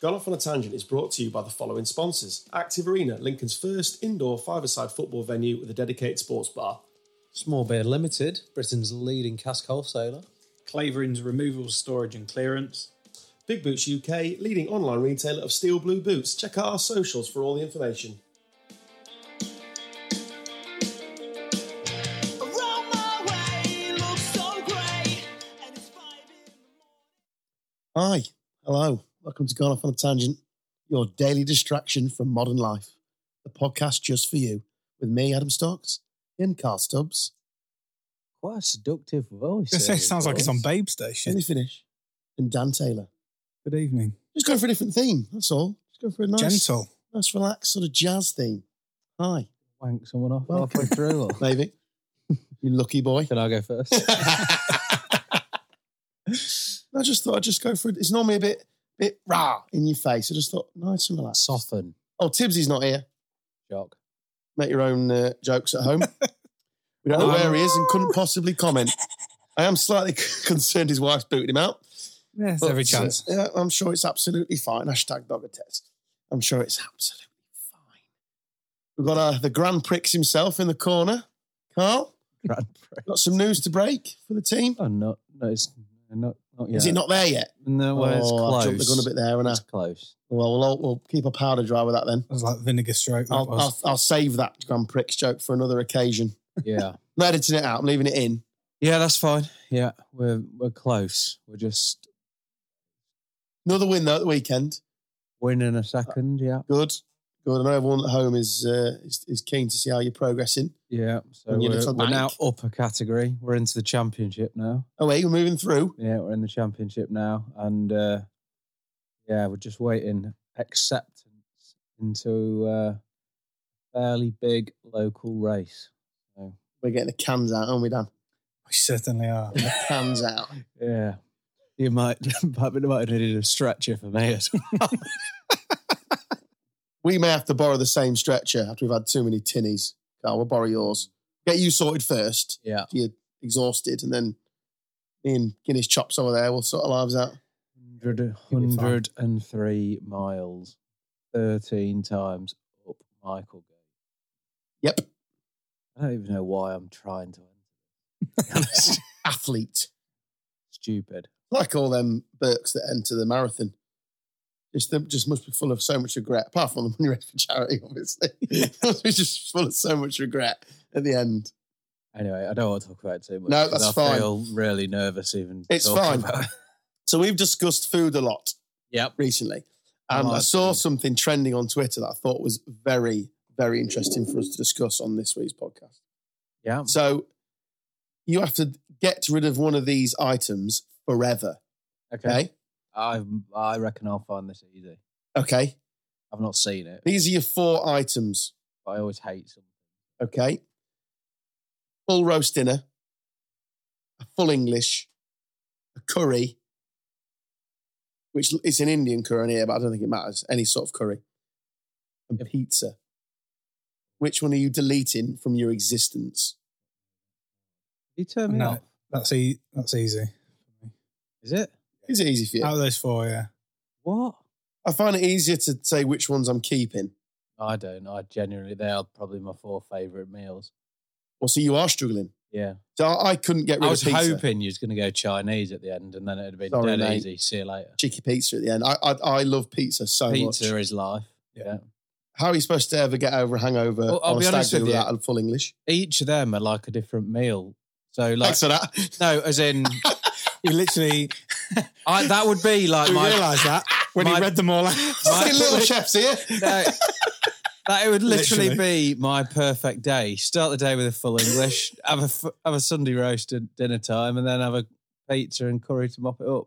Gone Off on a Tangent is brought to you by the following sponsors Active Arena, Lincoln's first indoor five a side football venue with a dedicated sports bar. Small Beer Limited, Britain's leading cask wholesaler. Clavering's removal, storage, and clearance. Big Boots UK, leading online retailer of steel blue boots. Check out our socials for all the information. Hi, hello, welcome to Gone Off on a Tangent, your daily distraction from modern life, the podcast just for you, with me, Adam Stocks, and Carl Stubbs. Quite a seductive voice. It there, sounds like it's on boys. Babe Can Station. we finish? And Dan Taylor. Good evening. Just going for a different theme, that's all. Just going for a nice, Gentle. nice relaxed sort of jazz theme. Hi, Wank someone off Well- halfway through. Or? maybe. you lucky boy. Can I go first? I just thought I'd just go for it. It's normally a bit bit rah in your face. I just thought, nice and relaxed. Soften, Oh, Tibbsy's not here. Jock. make your own uh, jokes at home. We don't know where he Um, is and couldn't possibly comment. I am slightly concerned his wife's booted him out. Yes, but, every chance. uh, yeah, I'm sure it's absolutely fine. Hashtag dog a test. I'm sure it's absolutely fine. We've got uh, the Grand Prix himself in the corner. Carl, Grand Prix. got some news to break for the team. Oh, no, no, it's not, not yet. Is it not there yet? No, well, it's Oh, close. I jumped the gun a bit there, and I, It's close. well, we'll, all, we'll keep our powder dry with that then. It was like vinegar stroke. that I'll, was. I'll, I'll save that Grand Prix joke for another occasion. Yeah. I'm not editing it out. I'm leaving it in. yeah, that's fine. Yeah, we're, we're close. We're just Another win though at the weekend. winning a second. Yeah. Good, good. I know everyone at home is uh, is, is keen to see how you're progressing. Yeah. So And you we're, look we're now like- up a category. We're into the championship now. Oh wait, we're moving through. Yeah, we're in the championship now, and uh, yeah, we're just waiting acceptance into uh, fairly big local race. We're getting the cans out, aren't we, Dan? we certainly are. The cans out. Yeah, you might might be might have needed a stretcher for me. We may have to borrow the same stretcher after we've had too many tinnies. Carl, we'll borrow yours. Get you sorted first. yeah, You're exhausted, and then me and Guinness chops over there will sort our lives out. 100, You'll be fine. 103 miles, thirteen times up Michael. Gate. Yep, I don't even know why I'm trying to. athlete. Stupid. Like all them Burks that enter the marathon. Just, them, just must be full of so much regret, apart from the money raised for charity, obviously. must be just full of so much regret at the end. Anyway, I don't want to talk about it too much. No, 'cause that's I fine. feel really nervous even. It's talking fine. about it. So we've discussed food a lot Yep. recently, and Oh, I that's saw good. something trending on Twitter that I thought was very, very interesting for us to discuss on this week's podcast. Yeah. So you have to get rid of one of these items forever. Okay. I I reckon I'll find this easy. Okay. I've not seen it, These are your four items. but I always hate something. Okay. Full roast dinner, a full English, a curry, which l- it's an Indian curry in here, but I don't think it matters. Any sort of curry, and Yep. pizza. Which one are you deleting from your existence? You turn me No. off. That's, e- that's easy. Is it? Is it easy for you? Uh, Out of those four, yeah. What? I find it easier to say which ones I'm keeping. I don't. I genuinely, they are probably my four favourite meals. Well, so you are struggling. Yeah. So I I couldn't get rid I was of pizza. hoping you was going to go Chinese at the end and then it'd have been Sorry, dead mate. easy. See you later. Cheeky pizza at the end. I I, I love pizza so Pizza much. is life. Yeah. Yeah. How are you supposed to ever get over a hangover Well, I'll on a be stag honest do with you. without a full English? Each of them are like a different meal. So, like, Thanks for that. no, as in, We literally I, that would be like we my. realised that when my- he read them all out. Fucking little chefs here. No, that would literally, be my perfect day. Start the day with a full English, have a f- have a Sunday roast at dinner time, and then have a pizza and curry to mop it up.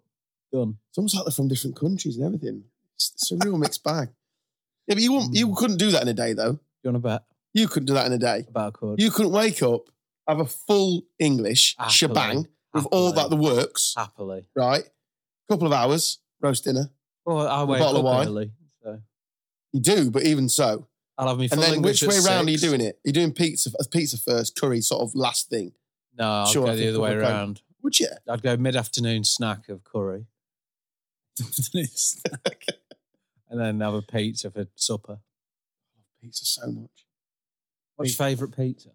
Done. It's almost like they're from different countries and everything. It's, it's a real mixed bag. Hmm. Yeah, but you wouldn't, you couldn't do that in a day though. You want to bet You couldn't do that in a day. about a cord? You couldn't wake up, have a full English Happily. shebang with all that the Happily. works, happily. right? Couple of hours, roast dinner. Well, I wake bottle of up wine. early, so You do, but even so. I'll have me. And then which way round are you doing it? You're doing pizza pizza first, curry sort of last thing. No, I'll Sure, I go the think other way proper plan. around. Would you? I'd go mid afternoon snack of curry. and then have a pizza for supper. Pizza so much. What's your favourite pizza?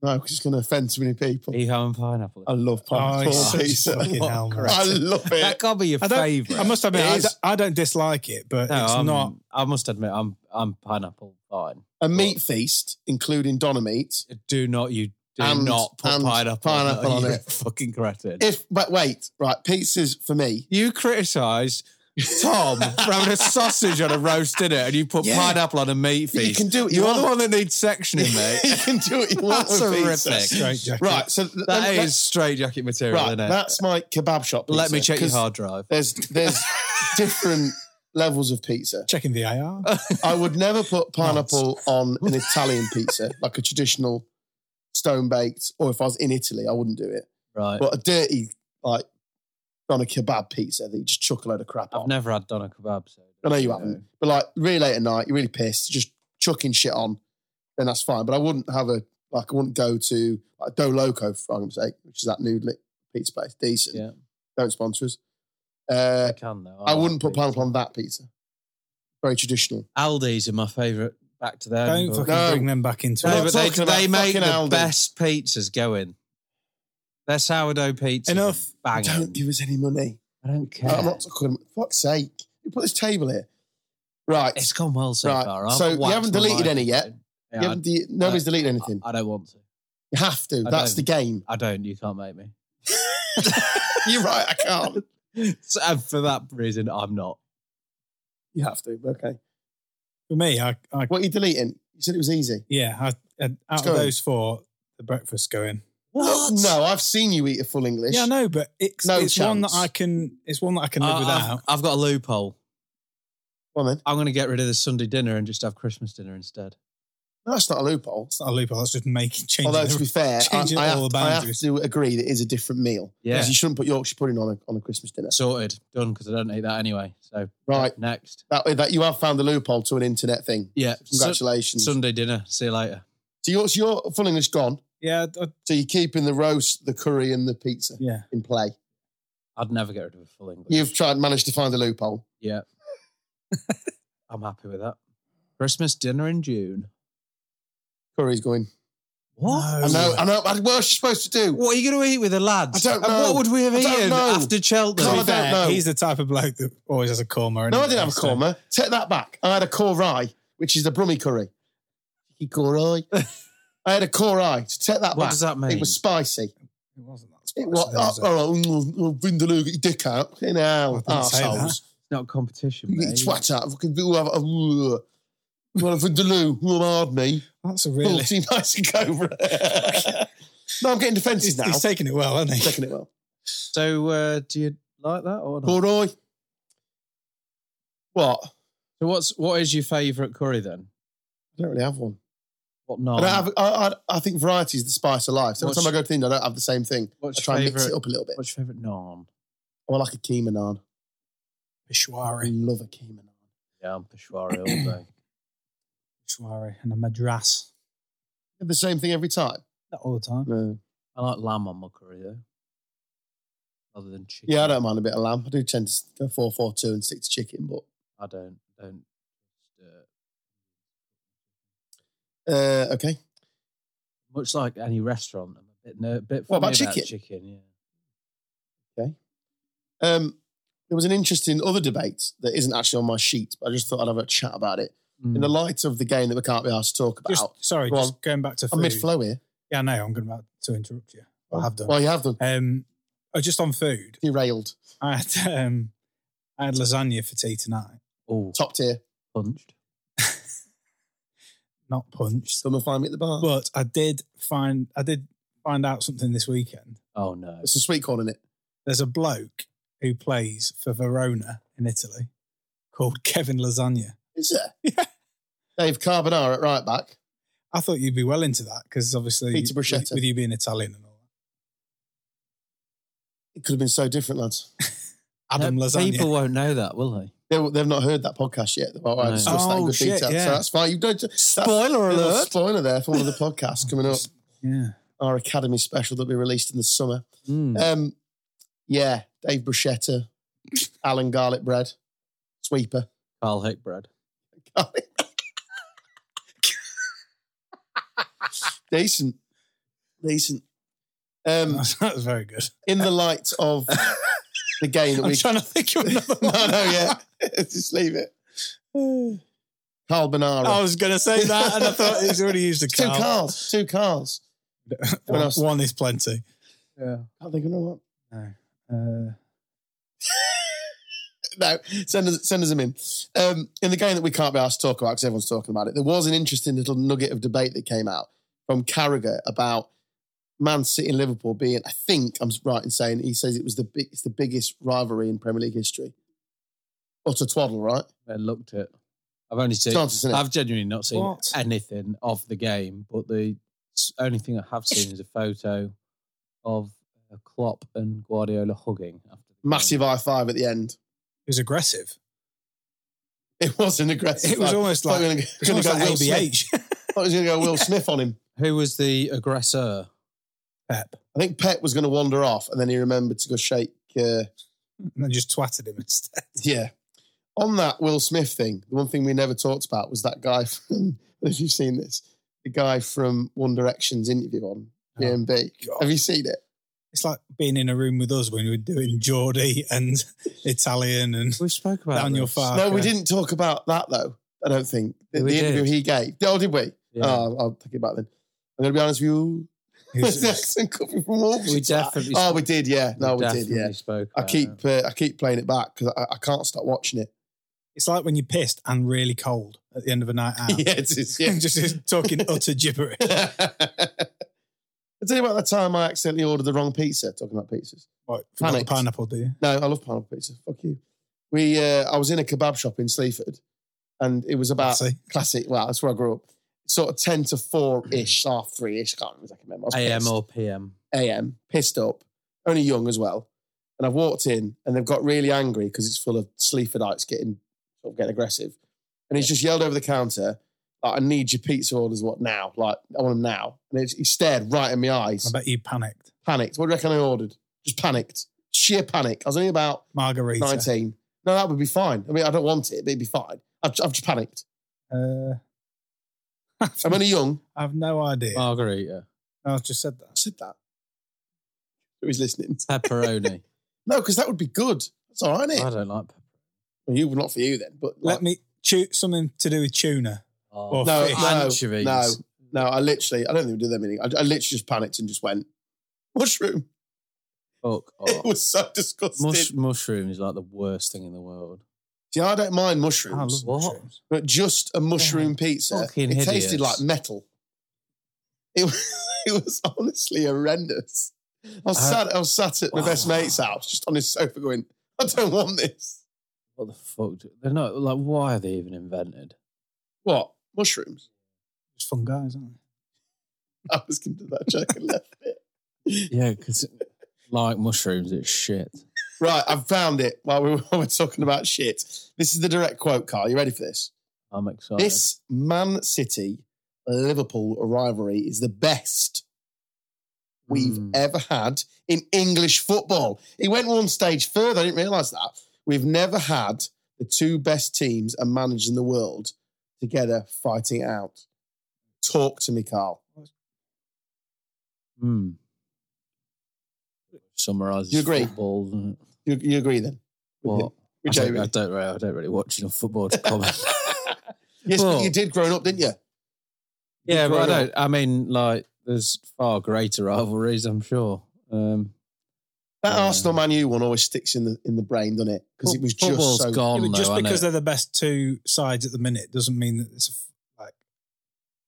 No, 'cause it's going to offend so many people. Eho and pineapple. I love Oh, popcorn it's such pizza. fucking hell, man. I love that it. can't be your I don't- favourite. I must admit, It I, is. don't- I don't dislike it, but No, it's I'm- not. I must admit, I'm I'm pineapple fine. A meat feast, including doner meat. Do not you do And- not put and pineapple, pineapple on you it. Fucking cretin. If but wait, right, pizzas for me. you criticised Tom for having a sausage on a roast dinner, and you put Yeah. pineapple on a meat You feast. can do what you You are want. the one that needs sectioning, you mate. can do what you want That's with horrific. pizza. Straight jacket. Right, so th- That let- is straight jacket let- material, right. isn't it? That's my kebab shop. Let pizza, me check your 'cause hard drive. There's there's different levels of pizza. Checking the AR. I would never put pineapple on an Italian pizza, like a traditional stone baked, or if I was in Italy, I wouldn't do it. Right. But a dirty, like, on a kebab pizza that you just chuck a load of crap I've on. never had doner kebab. So I know you haven't, but like, really late at night, you're really pissed, just chucking shit on, then that's fine. But I wouldn't have a, like, I wouldn't go to like, Do Loco, for argument's sake, which is that new lit pizza place. Decent. Yeah. Oh, Don't sponsor us. I Uh, can though. I like wouldn't put pizza. pineapple on that pizza. Very traditional. Aldi's are my favourite. Back to them. Don't but- fucking No. bring them back into We're No, it. not but they, talking about they make the fucking Aldi. best pizzas going. Their sourdough pizza. Enough. Bang. Don't give us any money. I don't care. I'm not talking. Fuck's sake! You put this table here. Right. it's gone well so Right, far. I've so you whacked haven't my deleted life any yet? into- You Yeah, haven't de- nobody's deleted anything. I, I don't want to. you have to. I That's don't. the game. I don't. You can't make me. You're right. I can't. So, and for that reason, I'm not. You have to. Okay. For me, I, I What are you deleting? You said it was easy. yeah, I, I, out going. of those four, the breakfast going. No, I've seen you eat a full English. Yeah, I know, but it's, No it's one that chance. I can. It's one that I can live I- Uh, I've, without. I've got a loophole. Come on, then. I'm going to get rid of the Sunday dinner and just have Christmas dinner instead. No, that's not a loophole. It's not a loophole. That's just making changing. Although to the- be fair, I, changing I all have, the I have boundaries. to agree that it is a different meal. Yeah. Because you shouldn't put Yorkshire pudding on a, on a Christmas dinner. Sorted. Done because I don't eat that anyway. So Right. next. That way, that you have found the loophole to an internet thing. Yeah. Sun- Congratulations. So, Sunday dinner. See you later. your, so your full English gone. yeah, I, So you're keeping the roast, the curry, and the pizza yeah. in play. I'd never get rid of a full English. You've tried managed to find a loophole. Yeah. I'm happy with that. Christmas dinner in June. Curry's going. What? I know, I know. I- What else you supposed to do? What are you going to eat with the lads? I don't And know. what would we have I don't eaten know. after Cheltenham? No, I To don't be fair, know. he's the type of bloke that always has a korma. No, I anyway, didn't have a so- korma. Take that back. I had a korai, which is the Brummy curry. Cheeky Korai. I had a korai. So take that What back. does that mean? It was spicy. It wasn't that spicy, It was. though, was it? oh, oh, mm, mm, Vindaloo, get your dick out. You know, I didn't say arseholes. It's not a competition, You mate. get your twat out. Fucking do have a. You want a Vindaloo? You hard me. That's a really. Naughty, nice and cobra. no, I'm getting defensive He's, now. he's taking it well, hasn't he? Taking it well. So, uh, do you like that or not? Korai. What? So, what's what is your favourite curry then? I don't really have one. What not? I, don't have, I, I, I think variety is the spice of life. So Um, every What's- time I go to India, I don't have the same thing. what's I try your and mix it favourite? up a little bit. What's your favourite naan? I like a keema naan. I Peshwari. love a keema naan. Yeah, I'm Peshwari all day. Peshwari and a madras. The same thing every time. Not all the time. No. I like lamb on my curry though, other than chicken. Yeah, I don't mind a bit of lamb. I do tend to go four, four, two, and stick to chicken. But I don't. Don't. Uh, uh, okay, much like any restaurant, I'm a bit ner- bit. What funny about chicken? Chicken, yeah. um, there was an interesting other debate that isn't actually on my sheet, but I just thought I'd have a chat about it in the light of the game that we can't be asked to talk about. Just, sorry, Go just on. going back to I'm food. mid flow here. Yeah, I know. I'm going about to interrupt you. I have done. Well, you have done. Um, oh, just on food, Derailed. I had um, I had lasagna for tea tonight. Oh, Top tier. punched. Not punched, Someone find me at the bar. but I did find I did find out something this weekend. Oh no. There's some sweet corn in it. There's a bloke who plays for Verona in Italy called Kevin Lasagna. Is there? Dave Carbonara at right back. I thought you'd be well into that because obviously Pizza bruschetta. with, with you being Italian and all It could have been so different, lads. that. Adam No, Lasagna. People won't know that, will they? They, they've not heard that podcast yet. Well, I No. discussed that in Oh, good shit, detail. yeah. So that's fine. You've done Spoiler little spoiler there for one of the podcasts coming up. Yeah. Our Academy special that'll be released in the summer. Hmm. Mm. Um, yeah, Dave Bruschetta, Alan Garlic Bread, Sweeper. Carl Hickbread. Decent. Decent. Um, That's, that's very good. in the light of the game that I'm we trying to think of another no, one. no, yeah. Just leave it. Carl Bonara. I was going to say that, and I thought he's already used a Two Oh, Carl. Carls. Two Carls. When I One, was- one is plenty. Yeah. can't think of another one. Uh, No, send us, send us them in. Um, in the game that we can't be asked to talk about because everyone's talking about it, there was an interesting little nugget of debate that came out from Carragher about Man City and Liverpool being, I think I'm right in saying, he says it was the big, it's the biggest rivalry in Premier League history. Utter twaddle, right? I looked at. I've only seen. Nonsense, isn't it? I've genuinely not seen What? anything of the game, but the s- only thing I have seen is a photo of Klopp and Guardiola hugging after the game. Massive I five at the end. it was aggressive. It was an aggressive. It was almost Thought we like, were gonna- it gonna was go almost like Will Smith. ABH. Thought he was going to go Will Smith on him. Who was the aggressor? Pep. I think Pep was going to wander off, and then he remembered to go shake. Uh, And then just twatted him instead. yeah. On that Will Smith thing, the one thing we never talked about was that guy from. If you've seen this, the guy from One Direction's interview on Oh, BMB. God. Have you seen it? It's like being in a room with us when we were doing Geordie and Italian and We spoke about Daniel this. Farker. No, we didn't talk about that though. I don't think the, We the interview did. he gave. Oh, did we? Yeah. Oh, I'll take it back then. I'm going to be honest with you. He was- The accent coming from Wolves. We definitely Oh, we did. Yeah. No, we did. definitely Yeah. spoke. I about keep it. uh, I keep playing it back because I, I can't stop watching it. It's like when you're pissed and really cold at the end of a night Oh. out. Yeah, it's, it's- yeah. just is talking utter gibberish. I tell you about that time I accidentally ordered the wrong pizza. Talking about pizzas. What, forgot the Panicked. pineapple, do you? No, I love pineapple pizza. Fuck you. We, uh, I was in a kebab shop in Sleaford, and it was about See? classic. Well, that's where I grew up. Sort of ten to four ish, half three ish. Can't remember exactly. when I was AM pissed. or PM. AM, pissed up, only young as well. And I've walked in and they've got really angry because it's full of Sleafordites getting sort of getting aggressive. And he's just yelled over the counter, like, I need your pizza orders, what now? Like, I want them now. And it's, he stared right in my eyes, I bet you panicked. panicked. What do you reckon I ordered? Just panicked. Sheer panic. I was only about Margarita. 19. No, that would be fine. I mean, I don't want it, but it'd be fine. I've, I've just panicked. Uh, I'm only young. I have no idea. Uh, Margarita. I've just said I that. said that. Who is listening? Pepperoni. No, because that would be good. That's all right, isn't I it? don't like pepperoni. Well, you not for you then, but like- Let me chew something to do with tuna. Oh, No, fish. no, anchovies. No, no, I literally, I don't think we did that many. I, I literally just panicked and just went, mushroom. Fuck It off. was so disgusting. Oh. Mush- mushroom is like the worst thing in the world. See, I don't mind I love mushrooms, What? mushrooms. but just a mushroom pizza, it Oh, fucking tasted hideous. like metal. It was, it was honestly horrendous. I was, I- sat, I was sat at my best Uh, Wow. mate's house, just on his sofa going, I don't want this. What the fuck? do- They're not like. Why are they even invented? What? Mushrooms? It's fun guys, aren't they? I was going to do that joke and left it. Yeah, because like mushrooms, it's shit. Right, I've found it while we were, we were talking about shit. This is the direct quote, Carl. You ready for this? I'm excited. This Man City Liverpool rivalry is the best we've Mm. ever had in English football. He went one stage further. I didn't realise that. We've never had the two best teams and managers in the world together fighting it out. Talk to me, Carl. Hmm. Summarizes. You agree? Football, doesn't it? You, you agree then? With What? him? With I, Jamie? don't, I don't. re- I don't really watch enough football to comment. yes, but Well- you did growing up, didn't you? yeah, but I Growing up. don't. I mean, like, there's far greater rivalries. I'm sure. Um, That Yeah. Arsenal Man U one always sticks in the in the brain, doesn't it? Because it was just football's so. Yeah, gone but just though, because because they're the best two sides at the minute doesn't mean that it's a f like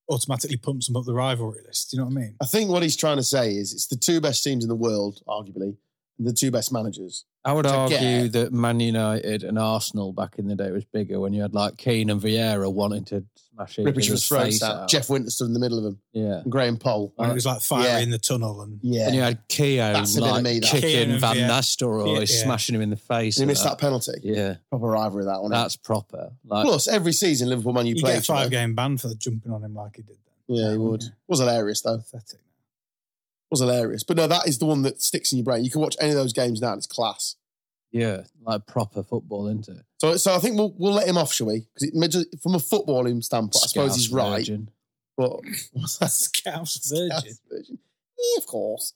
automatically pumps them up the rivalry list. Do you know what I mean? I think what he's trying to say is it's the two best teams in the world, arguably, and the two best managers. I would to argue get- that Man United and Arsenal back in the day was bigger when you had like Keane and Vieira wanting to smash each Ripping other's his throats face out. out. Jeff Winter stood in the middle of them. yeah. And Graham Pole. When it was like fire Uh, yeah. in the tunnel and Yeah. And you And had Keogh That's a bit of like, me, that. Keogh kicking and Van Vieira. Nistelrooy, Yeah. smashing him in the face. he and missed that penalty. Yeah, Proper rivalry, that one. eh? that's proper. Like, Plus, every season Liverpool Man U you play. get a each other. five game ban for jumping on him like he did then. Yeah, he would. It was hilarious, though. It Pathetic. was hilarious. But no, that is the one that sticks in your brain. You can watch any of those games now, and it's class. Yeah, like proper football, isn't it? So, so I think we'll we'll let him off, shall we? Because from a footballing standpoint, I suppose he's Scouse right. virgin. But Scouse Virgin. Scouse Virgin. Yeah, of course.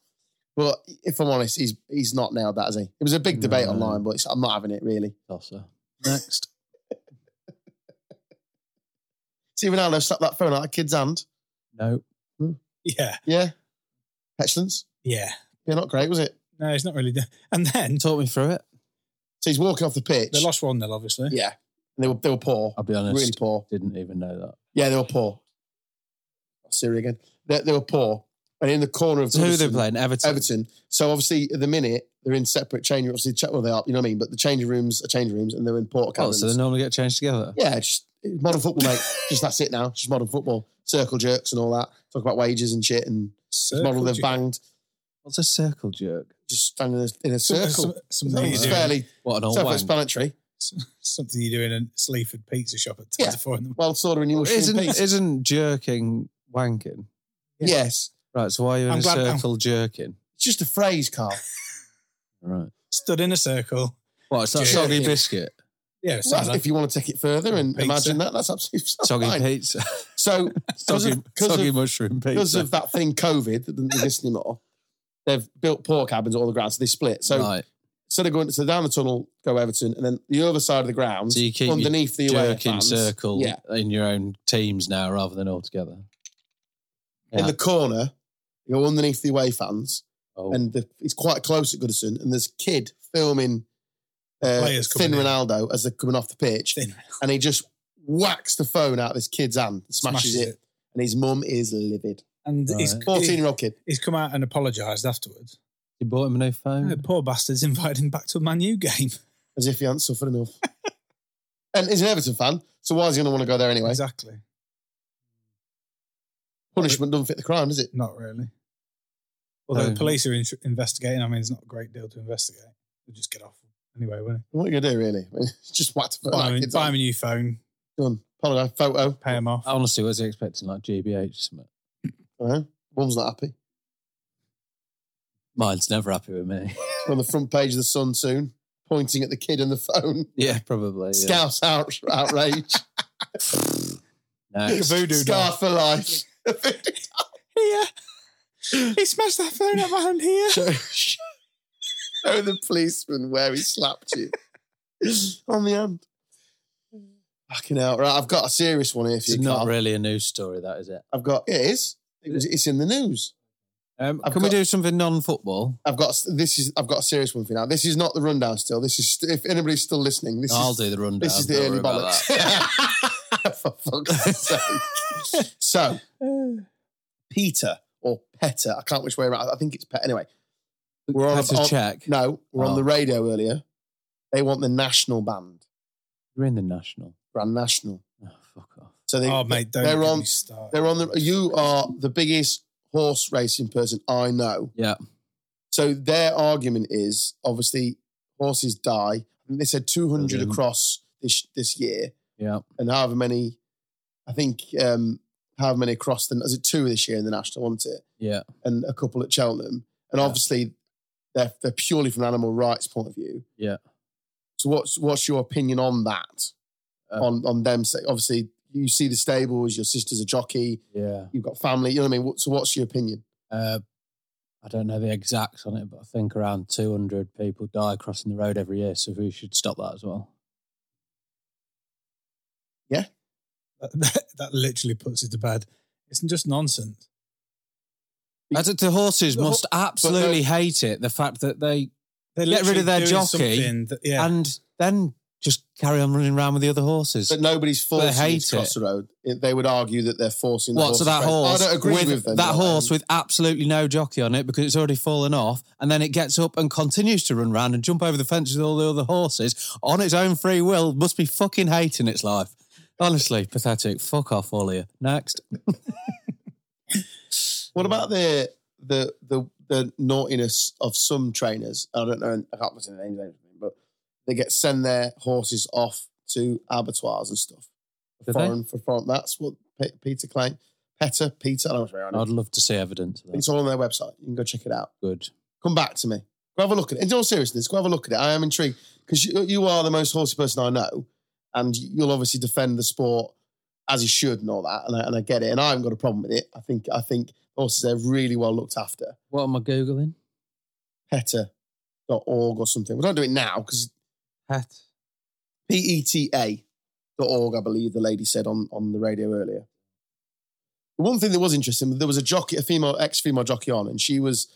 But if I'm honest, he's he's not nailed that, has he? It was a big debate No. online, but it's, I'm not having it really. Tosser. Next. See Ronaldo slap that phone out of kid's hand. no. Yeah. Yeah, petulance. Yeah. Yeah, not great, was it? No, he's not really. there. And then Talk me through it. So he's walking off the pitch. they lost 1 0, obviously. Yeah, and they were they were poor, I'll be honest. really poor. Didn't even know that. Yeah, they were poor. Syria again. They, they were poor, and in the corner of So who are they Goodison- playing? Everton. Everton. So obviously, at the minute they're in separate changing rooms. Obviously, well, they are. You know what I mean? But the changing rooms are changing rooms, and they're in port Oh, cabins. so they normally get changed together. yeah, just modern football, mate. just that's it now. Just modern football. Circle jerks and all that. Talk about wages and shit, and just model they've banged. What's a circle jerk? Just standing in a, in a Some- circle. some- something, you It's do, fairly What an old wank. self-explanatory. something you do in a Sleaford pizza shop at 10 Yeah. to 4 in the Well, sort of in your Isn't piece. isn't jerking wanking? Yes, Right. So why are you in I'm a glad- I'm- circle jerking? it's just a phrase, Carl. Right. Stood in a circle. What? It's not Jerking. soggy biscuit, Yeah, it Well, sounds like if you want to take it further and Pizza. imagine that, that's absolutely soggy fine. pizza, So, because soggy, of, 'cause of soggy eh? mushroom because pizza. of that thing COVID that didn't exist anymore, they've built poor cabins all the ground, so they split. So right. so they're going so down the tunnel, go Everton, and then the other side of the ground, So you keep your underneath the away jerking fans, circle yeah, in your own teams now rather than all together. in Yeah. the corner, you go underneath the away fans, Oh, and the, it's quite close at Goodison, and there's a kid filming uh, Players Finn coming in. Ronaldo as they're coming off the pitch, Finn. and he just whacks the phone out of this kid's hand, and smashes, Smashes it. and his mum is livid. And he's, Right. Fourteen year old kid. he's come out and apologised afterwards. you bought him a new phone. No, poor bastard's invited him back to a Man U game. as if he hadn't suffered enough. and he's an Everton fan, so why is he going to want to go there anyway? Exactly. Punishment doesn't fit the crime, does it? Not really. Although Um, No. the police are in- investigating, I mean, it's not a great deal to investigate. They'll just get off anyway, won't it? What are you going to do, really? I mean, just whacked for Buy, that him, kid's buy him hand. a new phone, done. Apologise. Photo. pay him Oh. off. Honestly, was he expecting like GBH? or something? Uh-huh. Mum's not happy. Mine's never happy with me. It's on the front page of the Sun soon, pointing at the kid and the phone. yeah, probably. Yeah. Scouse out, outrage. No. voodoo Scar doll. for life. Here. He smashed that phone out my hand here. show, show the policeman where he slapped you on the hand. Fucking hell. Right, I've got a serious one here for It's you. not Carl. really a news story, that is it. I've got it is. It was, it's in the news. Um, I've can we got- do something non-football? I've got this is I've got a serious one for you now. This is not the rundown still. This is if anybody's still listening, this I'll is do the rundown. this is the don't early worry about bollocks. that. for fuck's sake. so Peter or Petter, I can't which way around. I think it's Petter. Anyway, We're on Have to a- on- check. no, we're Oh. on the radio earlier. They want the national band, You're in the national. Grand National. Oh, fuck off. So they Oh, mate, don't they're get on me started. they're on the you are the biggest horse racing person I know. Yeah. So their argument is obviously horses die. And they said 200 Brilliant. across this this year, Yeah. and however many, I think um, however many across the is it two this year in the national, wasn't it? Yeah. And a couple at Cheltenham, and Yeah. obviously they're they're purely from an animal rights point of view. Yeah. So what's what's your opinion on that? Uh, on on them? Say, obviously you see the stables, your sister's a jockey, Yeah. you've got family. You know what I mean? What- So what's your opinion? Uh, I don't know the exacts on it, but I think around 200 people die crossing the road every year. So we should stop that as well. That, that- that literally puts it to bed. It's just nonsense. I think the horses The ho- must absolutely hate it. The fact that they They Get rid of their jockey That, yeah, and then just carry on running around with the other horses. But nobody's forcing They hate it to cross the road. It- they would argue that they're forcing. The What? So horses that to cross. horse I don't agree with, them. um, that though. horse with absolutely no jockey on it because it's already fallen off, and then it gets up and continues to run round and jump over the fence with all the other horses on its own free will. Must be fucking hating its life. Honestly, pathetic. Fuck off, all of you. Next, What about the the the the naughtiness of some trainers? I don't know. I can't remember the names, or anything, but they get send their horses off to abattoirs and stuff. Do they? foreign for foreign. That's what Pe- Peter claimed. Petter, Peter. I don't know what's around I'd love to see evidence of that. It's all on their website. You can go check it out. Good. Come back to me. Go have a look at it. In all seriousness, go have a look at it. I am intrigued because you, you are the most horsey person I know, and you'll obviously defend the sport as you should and all that. And I, and I get it, and I haven't got a problem with it. I think I think horses they're really well looked after. What am I googling? Petter.org or something. We don't do it now because Hat. P E T A dot org, I believe the lady said on, on the radio earlier. One thing that was interesting, there was a jockey, a female ex female jockey on, and she was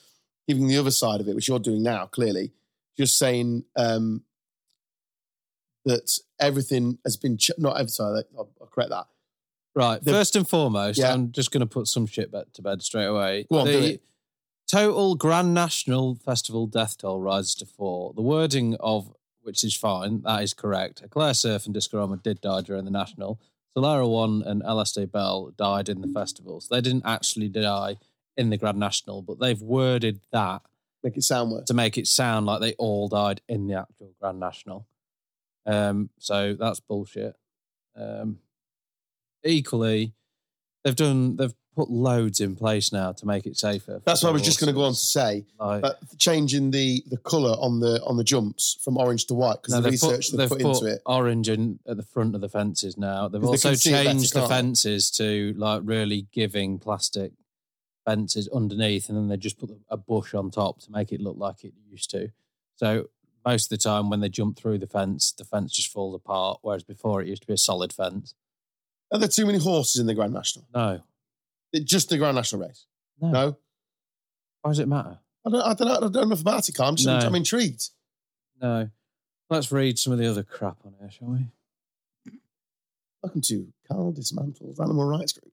giving the other side of it, which you're doing now, clearly, just saying um, that everything has been ch- not every sorry, I'll, I'll correct that. Right. The- first and foremost, Yeah. I'm just going to put some shit back to bed straight away. Go on, the do it. total Grand National Festival death toll rises to four. The wording of which is fine, that is correct. Claire Surf and Discorama did die during the National. Solara One and LSD Bell died in the festivals. They didn't actually die in the Grand National, but they've worded that Make it sound worse. to make it sound like they all died in the actual Grand National. Um, so that's bullshit. Um, equally, they've done they've put loads in place now to make it safer. That's what I was just going to go on to say. Like, But changing the the colour on the on the jumps from orange to white because no, the they've put, research they've put, into it. orange in, at the front of the fences now. They've 'Cause they also can see it better, changed the can't they? fences to like really giving plastic fences underneath, and then they just put a bush on top to make it look like it used to. So most of the time, when they jump through the fence, the fence just falls apart. Whereas before, it used to be a solid fence. Are there too many horses in the Grand National? No, It- Just the Grand National race? no. No. Why does it matter? I don't, I don't, know- I don't know enough about it, Carl. I'm just, No. I'm intrigued. No. Let's read some of the other crap on here, shall we? Welcome to Carl Dismantle's Animal Rights Group.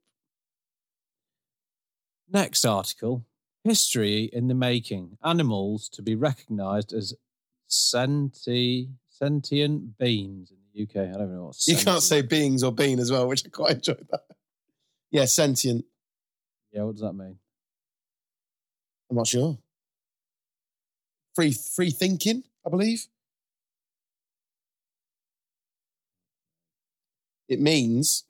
Next article History in the Making Animals to be recognised as senti- sentient beings in the UK. I don't know what You can't sentient- say beings or bean as well, which I quite enjoyed that. Yeah, sentient. Yeah, what does that mean? I'm not sure. Free, free thinking, I believe. It means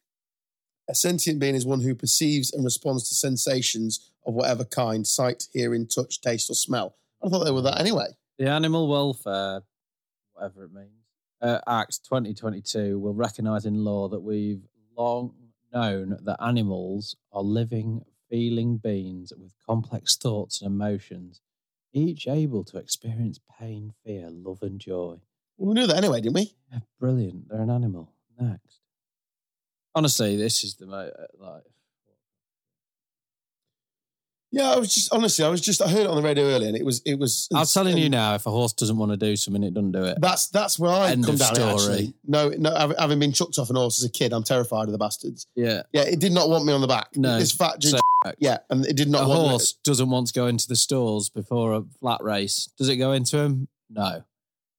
a sentient being is one who perceives and responds to sensations of whatever kind sight, hearing, touch, taste, or smell. I thought they were that anyway. The Animal Welfare, whatever it means, uh, Act 2022 will recognise in law that we've long known that animals are living, feeling beings with complex thoughts and emotions, each able to experience pain, fear, love, and joy. We knew that anyway, didn't we? Yeah, brilliant. They're an animal. Next. Honestly, this is the mo- uh, like. Yeah, I was just honestly, I was just I heard it on the radio earlier, and it was it was. I'm telling you and now, if a horse doesn't want to do something, it doesn't do it. That's that's where I End come of down. Story. story. Actually, no, no, hav- having been chucked off an horse as a kid, I'm terrified of the bastards. Yeah, Yeah, it did not want me on the back. No. this fat dude. So- yeah, and it did not a want me. horse doesn't want to go into the stalls before a flat race. Does it go into him? No.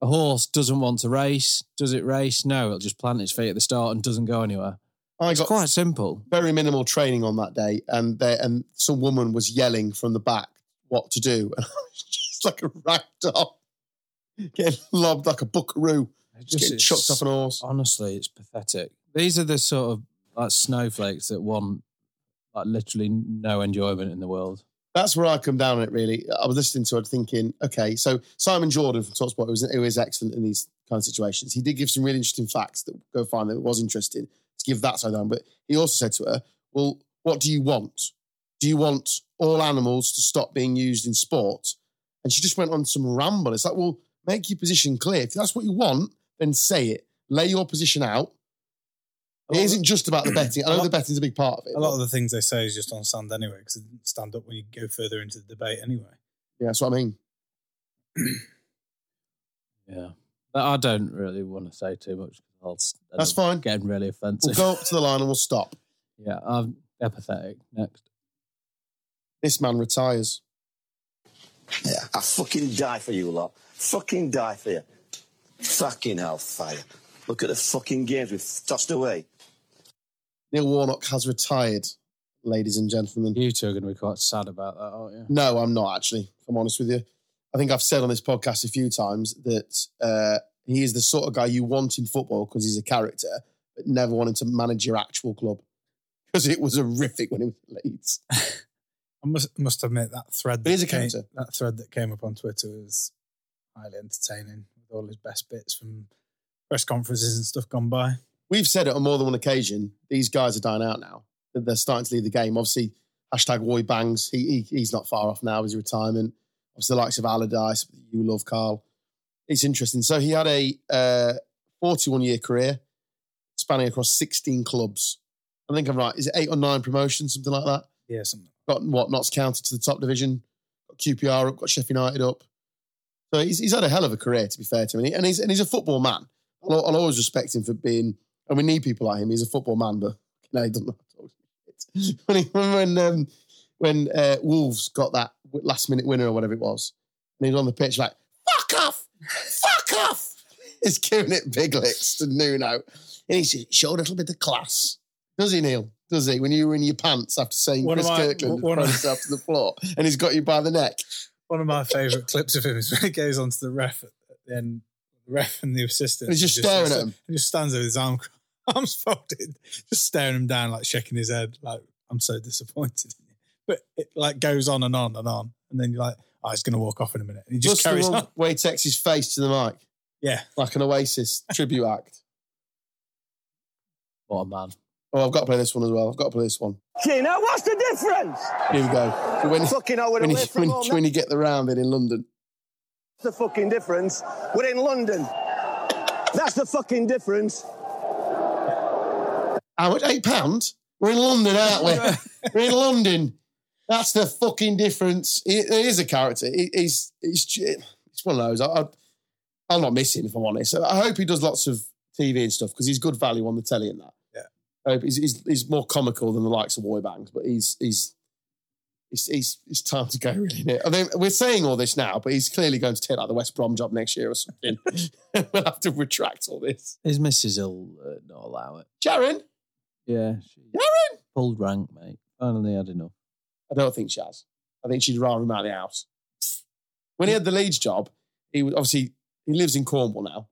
A horse doesn't want to race. Does it race? No. It'll just plant its feet at the start and doesn't go anywhere. I It's got quite simple. very minimal training on that day, and they, and some woman was yelling from the back what to do, and I was just like a rag doll, getting lobbed like a buckaroo, just getting chucked off an horse. honestly, it's pathetic. These are the sort of like snowflakes that want like literally no enjoyment in the world. that's where I come down on it. Really, I was listening to it, thinking, okay, so Simon Jordan from Talksport, who is, who is excellent in these kind of situations, he did give some really interesting facts that go find that was interesting to give that side on. But he also said to her, "Well, what do you want? Do you want all animals to stop being used in sport?" And she just went on some ramble. It's like, well, make your position clear. If that's what you want, then say it. Lay your position out. It isn't just about the betting. I know the betting's a big part of it. A lot of the things they say is just on sand anyway, because it didn't stand up when you go further into the debate anyway. yeah, that's what I mean. Yeah. But I don't really want to say too much. 'cause I'll s- end That's up fine. Getting really We'll offensive. go up to the line and we'll stop. yeah, I'm apathetic. Next. This man retires. Yeah, I fucking die for you lot. Fucking die for you. Fucking hellfire. Look at the fucking games we've tossed away. Neil Warnock has retired, ladies and gentlemen. You two are going to be quite sad about that, aren't you? No, I'm not actually. If I'm honest with you, I think I've said on this podcast a few times that uh, he is the sort of guy you want in football because he's a character, but never wanted to manage your actual club because it was horrific when he was at Leeds. I must must admit that thread. It is a came, character. That thread that came up on Twitter was highly entertaining with all his best bits from press conferences and stuff gone by. We've said it on more than one occasion. These guys are dying out now. That They're starting to leave the game. Obviously, hashtag Roy Bangs. He, he he's not far off now. His retirement. Obviously, the likes of Allardyce. You love Carl. It's interesting. So he had a uh, 41 year career spanning across 16 clubs. I think I'm right. Is it eight or nine promotions, something like that? Yeah, something. got what Notts County to the top division, got QPR up, got Sheffield United up. So he's, he's had a hell of a career, to be fair to him, and, he- and he's and he's a football man. I'll, I'll always respect him for being, and we need people like him. He's a football man, but you know, he doesn't know how to talk shit. when he, when um, when uh, Wolves got that last minute winner or whatever it was, and he was on the pitch like "fuck off, fuck off," he's giving it big licks to Nuno, and he's showed a little bit of class, does he, Neil? Does he? When you were in your pants after saying One of Chris my- Kirkland one had of- thrown himself to the floor, and he's got you by the neck. One of my favourite clips of him is when he goes onto the ref at the end, the ref and the assistant. And he's just staring at him. He just stands there with his arm, arms folded, just staring him down, like shaking his head, like, I'm so disappointed. in you." But it like goes on and on and on. And then you're like, oh, he's going to walk off in a minute. And he just Plus the carries one on. Where he takes his face to the mic, Yeah. like an Oasis tribute act. What a man. Oh, I've got to play this one as well. I've got to play this one. You know, what's the difference? Here we go. So when, Fucking hell, we're when, you, away from when, home. when you get the round in in London, That's the fucking difference. We're in London. That's the fucking difference. how much? Eight pounds? We're in London, aren't we? We're in London. That's the fucking difference. He, he is a character. He, he's, he's j- it's one of those. I, I, I'll not miss him if I'm honest. I hope he does lots of TV and stuff because he's good value on the telly and that. Yeah. I hope he's, he's, he's more comical than the likes of Roy Bangs, but he's he's it's he's, it's time to go really. Isn't it? I mean, we're saying all this now, but he's clearly going to take like the West Brom job next year or something. we'll have to retract all this. His missus will uh, not allow it. Sharon, Yeah. She Sharon. pulled rank, mate. Finally had enough. I don't think she has. I think she'd rather him out of the house. When he had the Leeds job, he was obviously he lives in Cornwall now.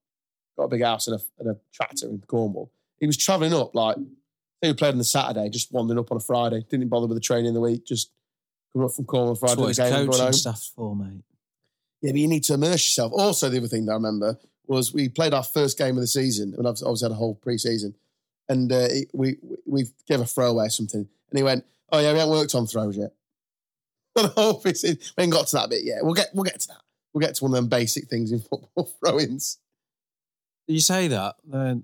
Got a big house and a, and a tractor in Cornwall. He was travelling up like he played on the Saturday, just wandering up on a Friday. Didn't bother with the training in the week. Just coming up from Cornwall That's Friday. what his the game and going coaching home. staff's for, mate. Yeah, but you need to immerse yourself. Also, the other thing that I remember was we played our first game of the season, and I've obviously had a whole pre-season, and uh, it- we we gave a throwaway or something, and he went, "Oh yeah, we haven't worked on throws yet." The whole pre-season, we haven't got to that bit yet. We'll get we'll get to that. We'll get to one of them basic things in football throw-ins. You say that they're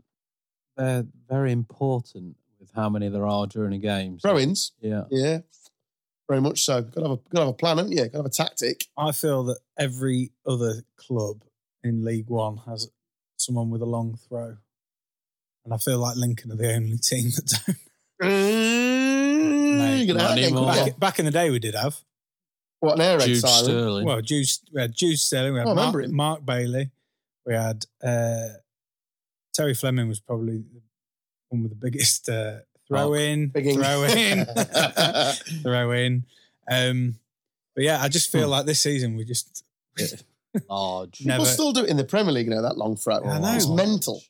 they're very important with how many there are during a game. so- Throw-ins, Yeah. yeah, very much so. Got to have a got to have a plan, haven't you? Got to have a tactic. I feel that every other club in League One has someone with a long throw. And I feel like Lincoln are the only team that don't. Mm, You're gonna not have to- anymore. what, Back, back in the day, we did have. what an air raid Jude siren. Sterling. Well, Juice, we had Juice Sterling, we had Oh, I Mark, remember him. Mark Bailey, we had uh, Terry Fleming was probably the one with the biggest uh, throw in, Bigging. throw in, throw in. Um, but yeah, I just feel like this season we just large. No. Never- People still do it in the Premier League, you know, that long throw. I know. It's mental.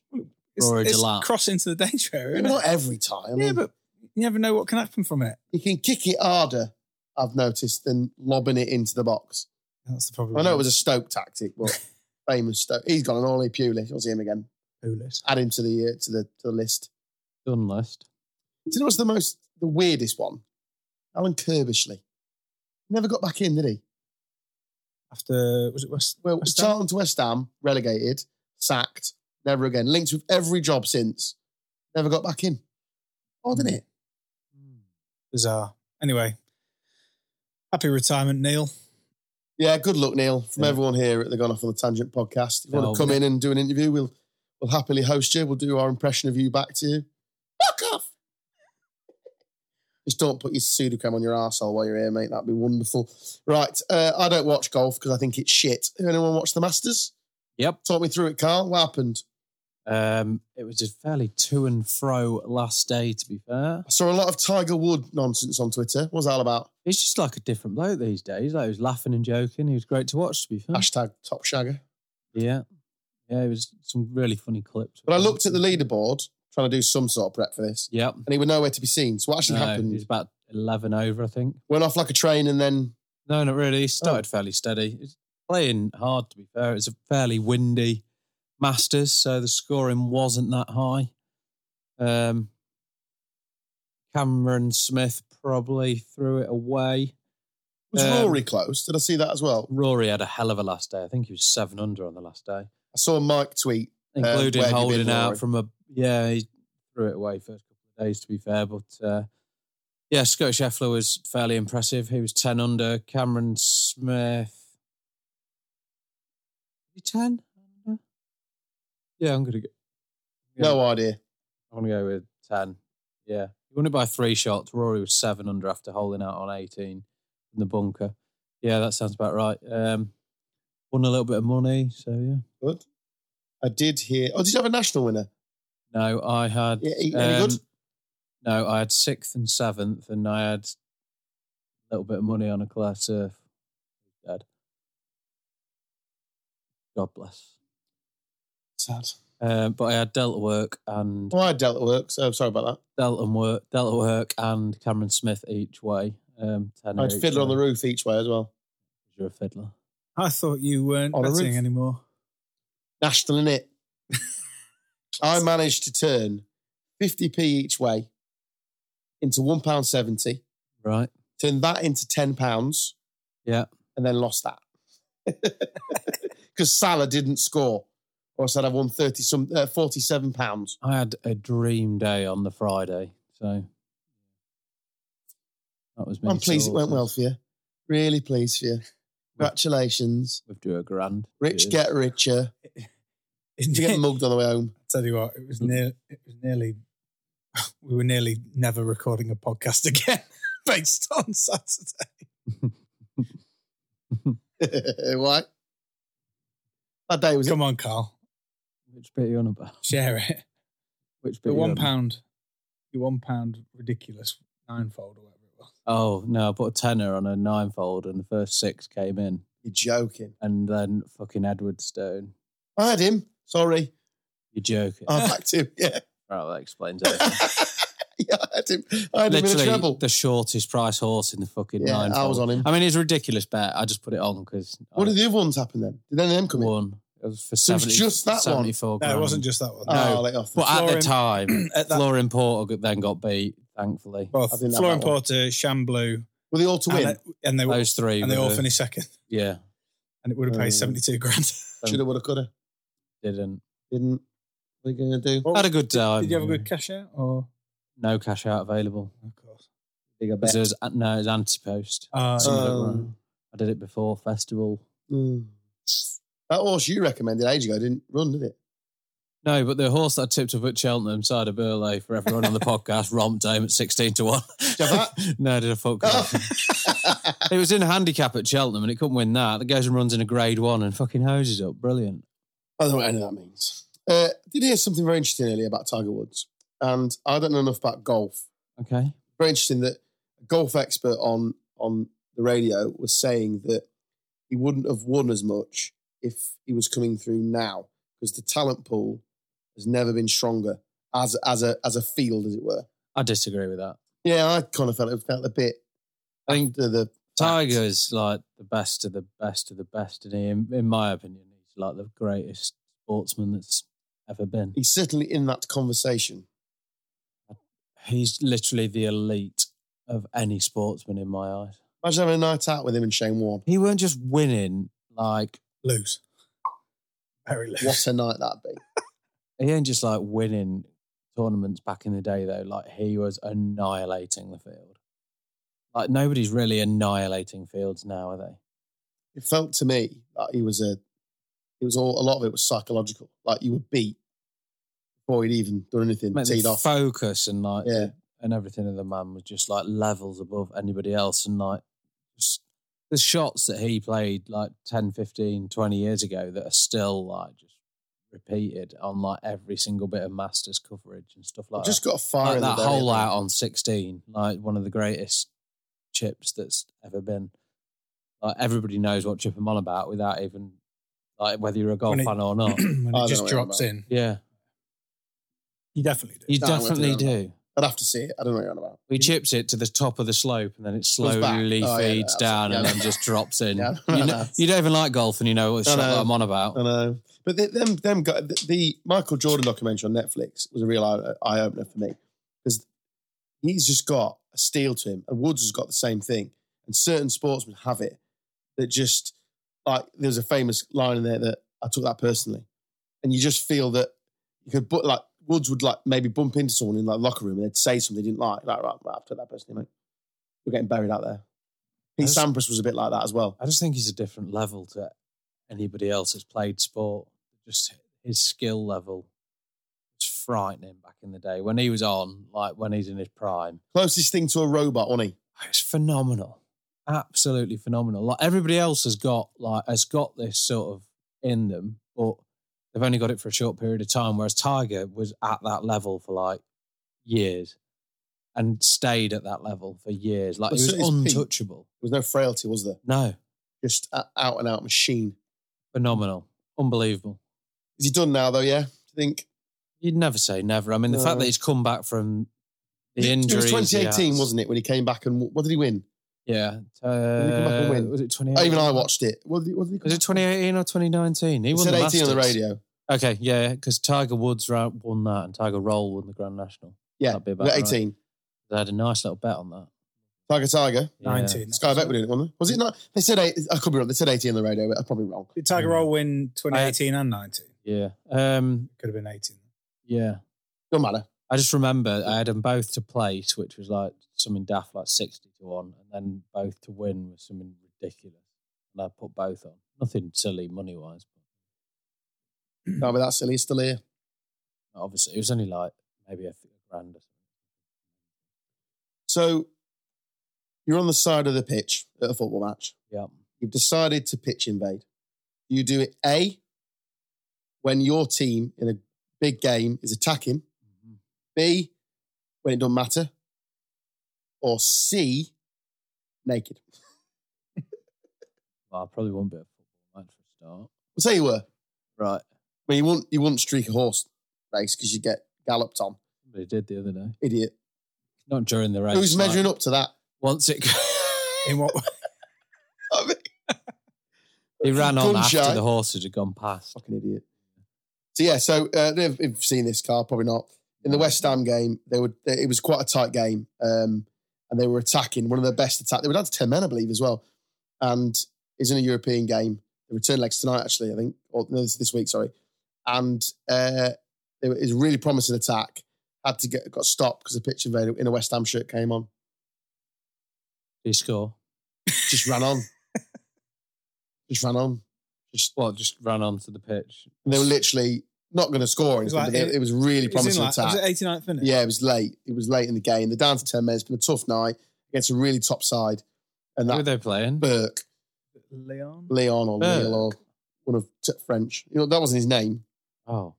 it's, Rory it's Delap. cross into the danger area. isn't Not it? every time. Yeah, but you never know what can happen from it. you can kick it harder, I've noticed, than lobbing it into the box. That's the problem. I know it was a Stoke tactic, but famous Stoke. He's gone an Ollie Pulis. You'll see him again. clueless. Add him to the uh, to the to the list. Done list. Do you know what's the most the weirdest one? Alan Kirbishley. Never got back in, did he? After was it West? Well, West Ham? Charlton to West Ham, relegated, sacked, never again. Linked with every job since. Never got back in. Oh, didn't it? Bizarre. Anyway, happy retirement, Neil. Yeah, good luck, Neil. From Yeah. everyone here at the Gone Off on the Tangent podcast. If you Oh, want to come in and do an interview, we'll we'll happily host you. We'll do our impression of you back to you. Fuck off. Just don't put your pseudocreme on your arsehole while you're here, mate. That'd be wonderful. Right. Uh, I don't watch golf because I think it's shit. Anyone watch the Masters? Yep. Talk me through it, Carl. What happened? Um, it was a fairly to and fro last day, to be fair. I saw a lot of Tiger Wood nonsense on Twitter. What's that all about? He's just like a different bloke these days. Like he was laughing and joking. He was great to watch, to be fair. Hashtag top shagger. Yeah. Yeah, it was some really funny clips. But I looked at the leaderboard trying to do some sort of prep for this, Yep. and he was nowhere to be seen. So what actually No, happened? He was about 11 over, I think. Went off like a train and then Oh. No, not really. He started fairly steady. He's playing hard, to be fair. It was a fairly windy Masters, so the scoring wasn't that high. Um, Cameron Smith probably threw it away. Was Um, Rory close? Did I see that as well? Rory had a hell of a last day. I think he was seven under on the last day, I saw Mike tweet. including Um, where have you holding been, out Rory? from a yeah. He threw it away first couple of days, to be fair, but uh, yeah, Scott Scheffler was fairly impressive. He was ten under. Cameron Smith, he ten. Yeah, I'm gonna go. Yeah. No idea. I'm gonna go with ten. Yeah, he won it by three shots. Rory was seven under after holding out on eighteen in the bunker. Yeah, that sounds about right. Um, won a little bit of money, so yeah. Good. I did hear. Oh, did you have a national winner? No, I had. um, Yeah, any good? No, I had sixth and seventh, and I had a little bit of money on a class surf. Dad. God bless. Sad. Uh, but I had Delta Work and Oh, I had Delta Works. Oh, sorry about Delta Work, Delta Work and Cameron Smith each way. Um, that. I had Fiddler on the Roof each way as well. You're a fiddler. I thought you weren't On a betting roof. anymore. National in it. I managed to turn 50p each way into £1.70, Right. turned that into £10, Yeah. and then lost that. Because Salah didn't score. Or I said I won 30 some, uh, £47. pounds. I had a dream day on the Friday. So that was me. I'm pleased it went sorted. well for you. Really pleased for you. Congratulations. We've do a grand. Rich Cheers. get richer. It's You get mugged on the way home. tell you what, it was near. It was nearly. We were nearly never recording a podcast again based on Saturday. Why? That day was Come on, Carl, Which bit are you on about? share it. Which bit? The you one on? pound, the one pound ridiculous ninefold or whatever it was. Oh no, I put a tenner on a ninefold, and the first six came in, You're joking. and then fucking Edward Stone. I had him. Sorry. You're joking. Uh, I backed him. Yeah. right, that explains everything. yeah, I had him. I had him in a Literally treble. the shortest price horse in the fucking yeah, ninefold. I was on him. I mean, it's a ridiculous bet. I just put it on because what did the other ones happen then? Did any of them come in? one. It was for So it was 70, just that one? 74 No, it grand. wasn't just that one. Oh, I'll let you off. But at the Florin- time, At that- Florian Porter then got beat. Thankfully, I both didn't have Florian that one. Porter, Shamblu, Were they all to and, win? they- and they were those three. and they were all the- finished second, Yeah, and it would have paid Um, seventy-two grand. Shoulda, woulda, coulda. didn't. Didn't. What are you going to do? What- Had a good time. Did you have a good cash out or? No cash out available. Of course. Bigger bet. Because it was no, it was anti post. Uh, Some of it were- Um, I did it before festival. mm. That horse you recommended age ago didn't run, did it? No, but the horse that I tipped up at Cheltenham, side of Burleigh, for everyone on the podcast, romped home at 16 to 1. you have Oh. no, I did a fuck off. It was in a handicap at Cheltenham and it couldn't win that. It goes and runs in a grade one and fucking hoses up. Brilliant. I don't know what any of that means. Uh, did hear something very interesting earlier about Tiger Woods, and I don't know enough about golf. Okay. Very interesting that a golf expert on on the radio was saying that he wouldn't have won as much if he was coming through now because the talent pool has never been stronger as as a as a field, as it were. I disagree with that. Yeah, I kind of felt it felt a bit. I think after the Tiger's like the best of the best of the best. And he, in, in my opinion, he's like the greatest sportsman that's ever been. he's certainly in that conversation. He's literally the elite of any sportsman in my eyes. Imagine having a night out with him and Shane Warne. He weren't just winning like lose. Very loose. What a night that'd be! he ain't just like winning tournaments back in the day though. Like he was annihilating the field. Like nobody's really annihilating fields now, are they? it felt to me that he was a it was all a lot of it was psychological. Like you were beat before he'd even done anything, Mate, teed the off. focus and like Yeah. and everything of the man was just like levels above anybody else and like just the shots that he played like 10 15 20 years ago that are still like just repeated on like every single bit of masters coverage and stuff like that. just got a fire like in that the belly, hole I think. out on 16 like one of the greatest chips that's ever been like everybody knows what chip i'm on about without even like whether you're a golf When it- fan or not when I it don't just know drops in. yeah You definitely do. you No, I wouldn't do definitely that. do I'd have to see it. I don't know what you're on about. We chips it to the top of the slope and then it back. slowly Oh, yeah, feeds that's- down and yeah. then just drops in. Yeah, you, know, that's- you don't even like golf and you know what the I shot know. that I'm on about. I know. But the, them, them guy, the, the Michael Jordan documentary on Netflix was a real eye, eye opener for me because he's just got a steal to him, and Woods has got the same thing, and certain sportsmen have it that just like there's a famous line in there that I took that personally, and you just feel that you could but like Woods would like maybe bump into someone in like the locker room and they'd say something they didn't like, like right, right, I've took that personally, mate. We're getting buried out there. Pete That's- Sampras was a bit like that as well. I just think he's a different level to anybody else that's played sport. Just his skill level was frightening back in the day when he was on, like when he's in his prime. Closest thing to a robot, wasn't he? It's phenomenal, absolutely phenomenal. Like everybody else has got, like has got this sort of in them, but they've only got it for a short period of time. Whereas Tiger was at that level for like years and stayed at that level for years. Like But he so was is Pete. untouchable. There was no frailty, was there? No, Just a- out and out machine. phenomenal, unbelievable. Is he done now though? Yeah, I think You'd never say never. I mean, the No. fact that he's come back from the it injuries. was 2018, wasn't it? When he came back and what did he win? it? Yeah. he come back and uh, win? Was it 2018? Oh, even I watched it. What did he, what did he Was it 2018 or 2019? He It won said the 18 Masters. on the radio. Okay, yeah, because Tiger Woods ra- won that and Tiger Roll won the Grand National. Yeah, That'd be we about got 18. They had a nice little bet on that. Tiger, Tiger. Yeah. 19. Sky Bet were doing it, wasn't it? Was it not? They said eight. I could be wrong. They said 18 on the radio. But I'm probably wrong. Did Tiger Roll win 2018 and 19? Yeah. Um, Could have been 18. yeah. No matter. I just remember I had them both to place, which was like something daft, like 60 to 1, and then both to win was something ridiculous. And I put both on. Nothing silly money wise, but No, but that's silly. He's still here. obviously it was only like maybe a grand or something. So you're on the side of the pitch at a football match. Yeah. You've decided to pitch invade. You do it A, when your team in a big game is attacking, B, when it doesn't matter, or C, naked. Well, I probably won't be a football match for a start. We'll say you were. Right. I mean, you wouldn't, you wouldn't streak a horse race because you get galloped on. Somebody did the other day. Idiot. Not during the race. Who's like, measuring up to that? once it In what I mean, he ran on Gun after shy. the horses had gone past. Fucking idiot. So yeah, so uh, if you've seen this car, probably not. In the West Ham game, they were it was quite a tight game, um, and they were attacking one of their best attack. They were down to ten men, I believe, as well. And is in a European game. The return legs tonight, actually, I think, or no, this, this week, sorry. And uh, it was a really promising attack. Had to get got stopped because the pitch invader in a West Ham shirt came on, He score. just ran on, just ran on. Just well, just ran onto the pitch. And they were literally not going to score anything. like- but they- it, was a really It was in promising like- attack. Was it 89th minute? Yeah, it was late. It was late in the game. They're down to 10 men. It's been a tough night against a really top side. And Who were that they playing? Burke, Leon. Leon or Burke. Leal or one of t- French. You know, that wasn't his name. oh,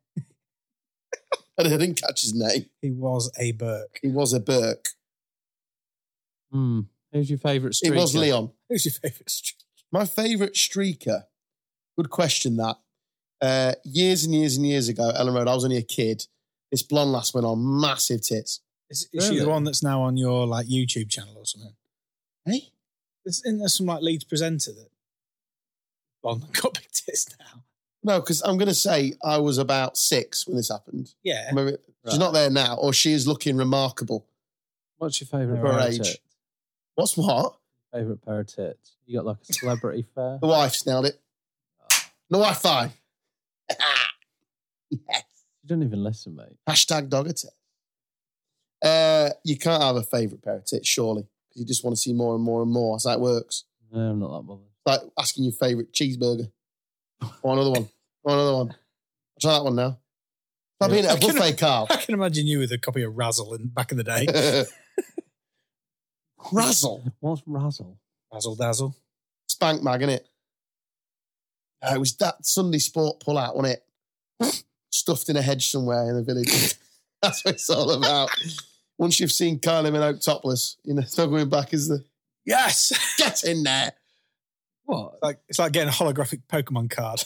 I didn't I didn't catch his name. He was a Burke. He was a Burke. hmm. Who's your favourite It streaker? was Leon. Who's your favourite streak? My favourite streaker. Good question, that. Uh, years and years and years ago, Ellen Road, I was only a kid. This blonde lass went on massive tits. Is, is she Really? the one that's now on your like YouTube channel or something? Hey? Isn't there some like lead presenter that on the got big tits now? No, because I'm going to say I was about six when this happened. Yeah. Maybe- She's not there now, or she is looking remarkable. What's your favourite Her pair of age. tits? What's what? Favourite pair of tits? You got like a celebrity fair? The wife's nailed it. The Wi-Fi. You don't even listen, mate. Hashtag dogger tits. Uh, you can't have a favourite pair of tits, surely, because you just want to see more and more and more. That's how it works. No, I'm not that bothered. It's like asking your favourite cheeseburger. Or another one. Or another one. Try that one now. I've been at a buffet, Carl. I can imagine you with a copy of Razzle in back in the day. Razzle. What's Razzle? Razzle Dazzle. Spank mag, innit? Uh, it was that Sunday sport pull out, wasn't it? Stuffed in a hedge somewhere in the village. That's what it's all about. Once you've seen Kylie Minogue topless, you know, it's not going back, is the Yes. get in there. What? like it's like getting a holographic Pokemon card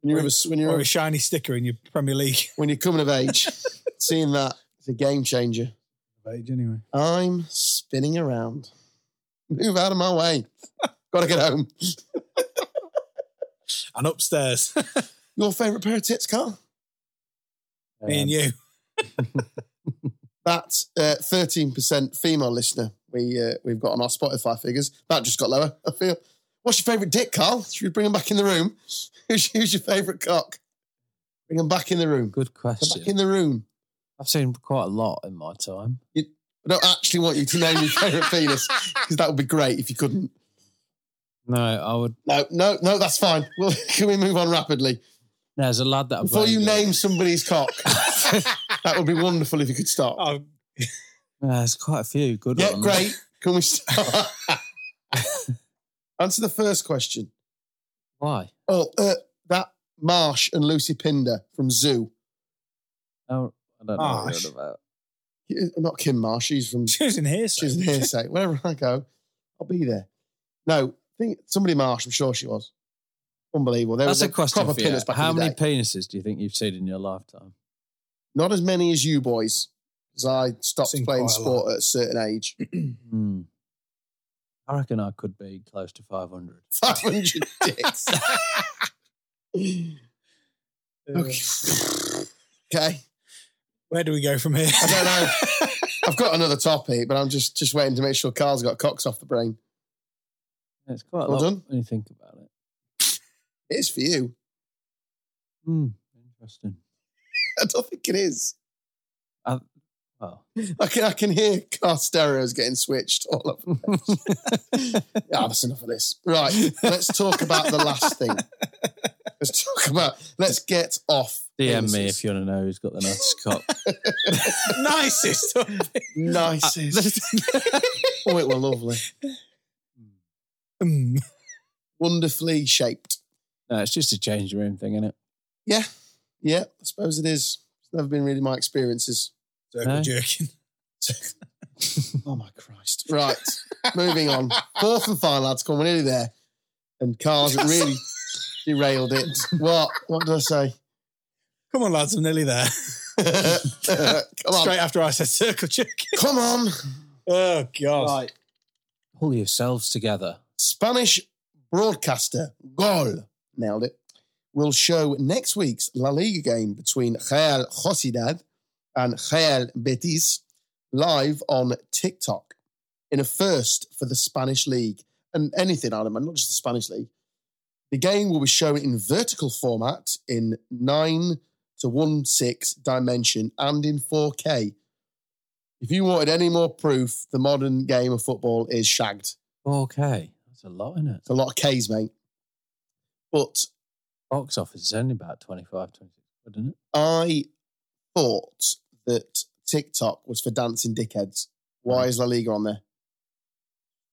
When you're, of a- when, or you're a shiny sticker in your Premier League. when you're coming of age, seeing that, it's a game changer. of age anyway. I'm spinning around. Move out of my way. Gotta get home. And upstairs, Your favourite pair of tits, Carl? me and you. That uh, thirteen percent female listener we uh, we've got on our Spotify figures that just got lower. I feel. What's your favourite dick, Carl? Should we bring him back in the room? Who's, who's your favourite cock? Bring him back in the room. Good Come question. back in the room. I've seen quite a lot in my time. I don't actually want you to name your favourite penis because that would be great if you couldn't. No, I would. No, no, no. That's fine. Well, can we move on rapidly There's a lad that I before played you with. name somebody's cock? that would be wonderful if you could stop. Oh, Yeah, there's quite a few good Yeah, ones. great. Can we start? Answer the first question. Why? Oh, uh, that Marsh and Lucy Pinder from Zoo. Oh, I don't know what Marsh. you're on about. Yeah, uh, Not Kim Marsh. She's from choosing here. so- she's an hearsay. Wherever I go, I'll be there. No, I think somebody Marsh. I'm sure she was. Unbelievable. They That's were a the question proper for you. pinners back in How the many day. penises do you think you've seen in your lifetime? Not as many as you boys, because I stopped Seen playing quite a lot. sport at a certain age. Hmm. I reckon I could be close to 500. Five hundred dicks. okay. okay. Where do we go from here? I don't know. I've got another topic, but I'm just just waiting to make sure Carl's got cocks off the brain. Yeah, It's quite a Well lot done. when you think about it. It is for you. Hmm. Interesting. I don't think it is. Well, I can I can hear car stereos getting switched all over. Yeah, that's enough of this. Right, let's talk about the last thing. Let's talk about. Let's get off. DM me if you want to know who's got the nicest cock. Nicest. Ah, Nicest. oh, it were lovely, Mm. wonderfully shaped. no, it's just a change room thing, isn't it? Yeah, yeah. I suppose it is. It's never been really my experiences. Circle No. jerking. Oh my Christ. Right. Moving on. Fourth and final, lads. Come on, we're nearly there. And Carl's really derailed it. What? What did I say? Come on, lads, I'm nearly there. come on. Straight after I said circle jerking. Come on. Oh god. Right. Pull yourselves together. Spanish broadcaster Gol. Nailed it. Will show next week's La Liga game between Real Sociedad and Real Betis live on TikTok in a first for the Spanish league and anything, I imagine, not just the Spanish league. The game will be shown in vertical format in 9 to 1 6 dimension and in 4K. If you wanted any more proof, the modern game of football is shagged. Okay. That's a lot, isn't it? It's a lot of K's, mate. But Box office is only about 25, 26 quid, isn't it? I thought that TikTok was for dancing dickheads. Why is La Liga on there?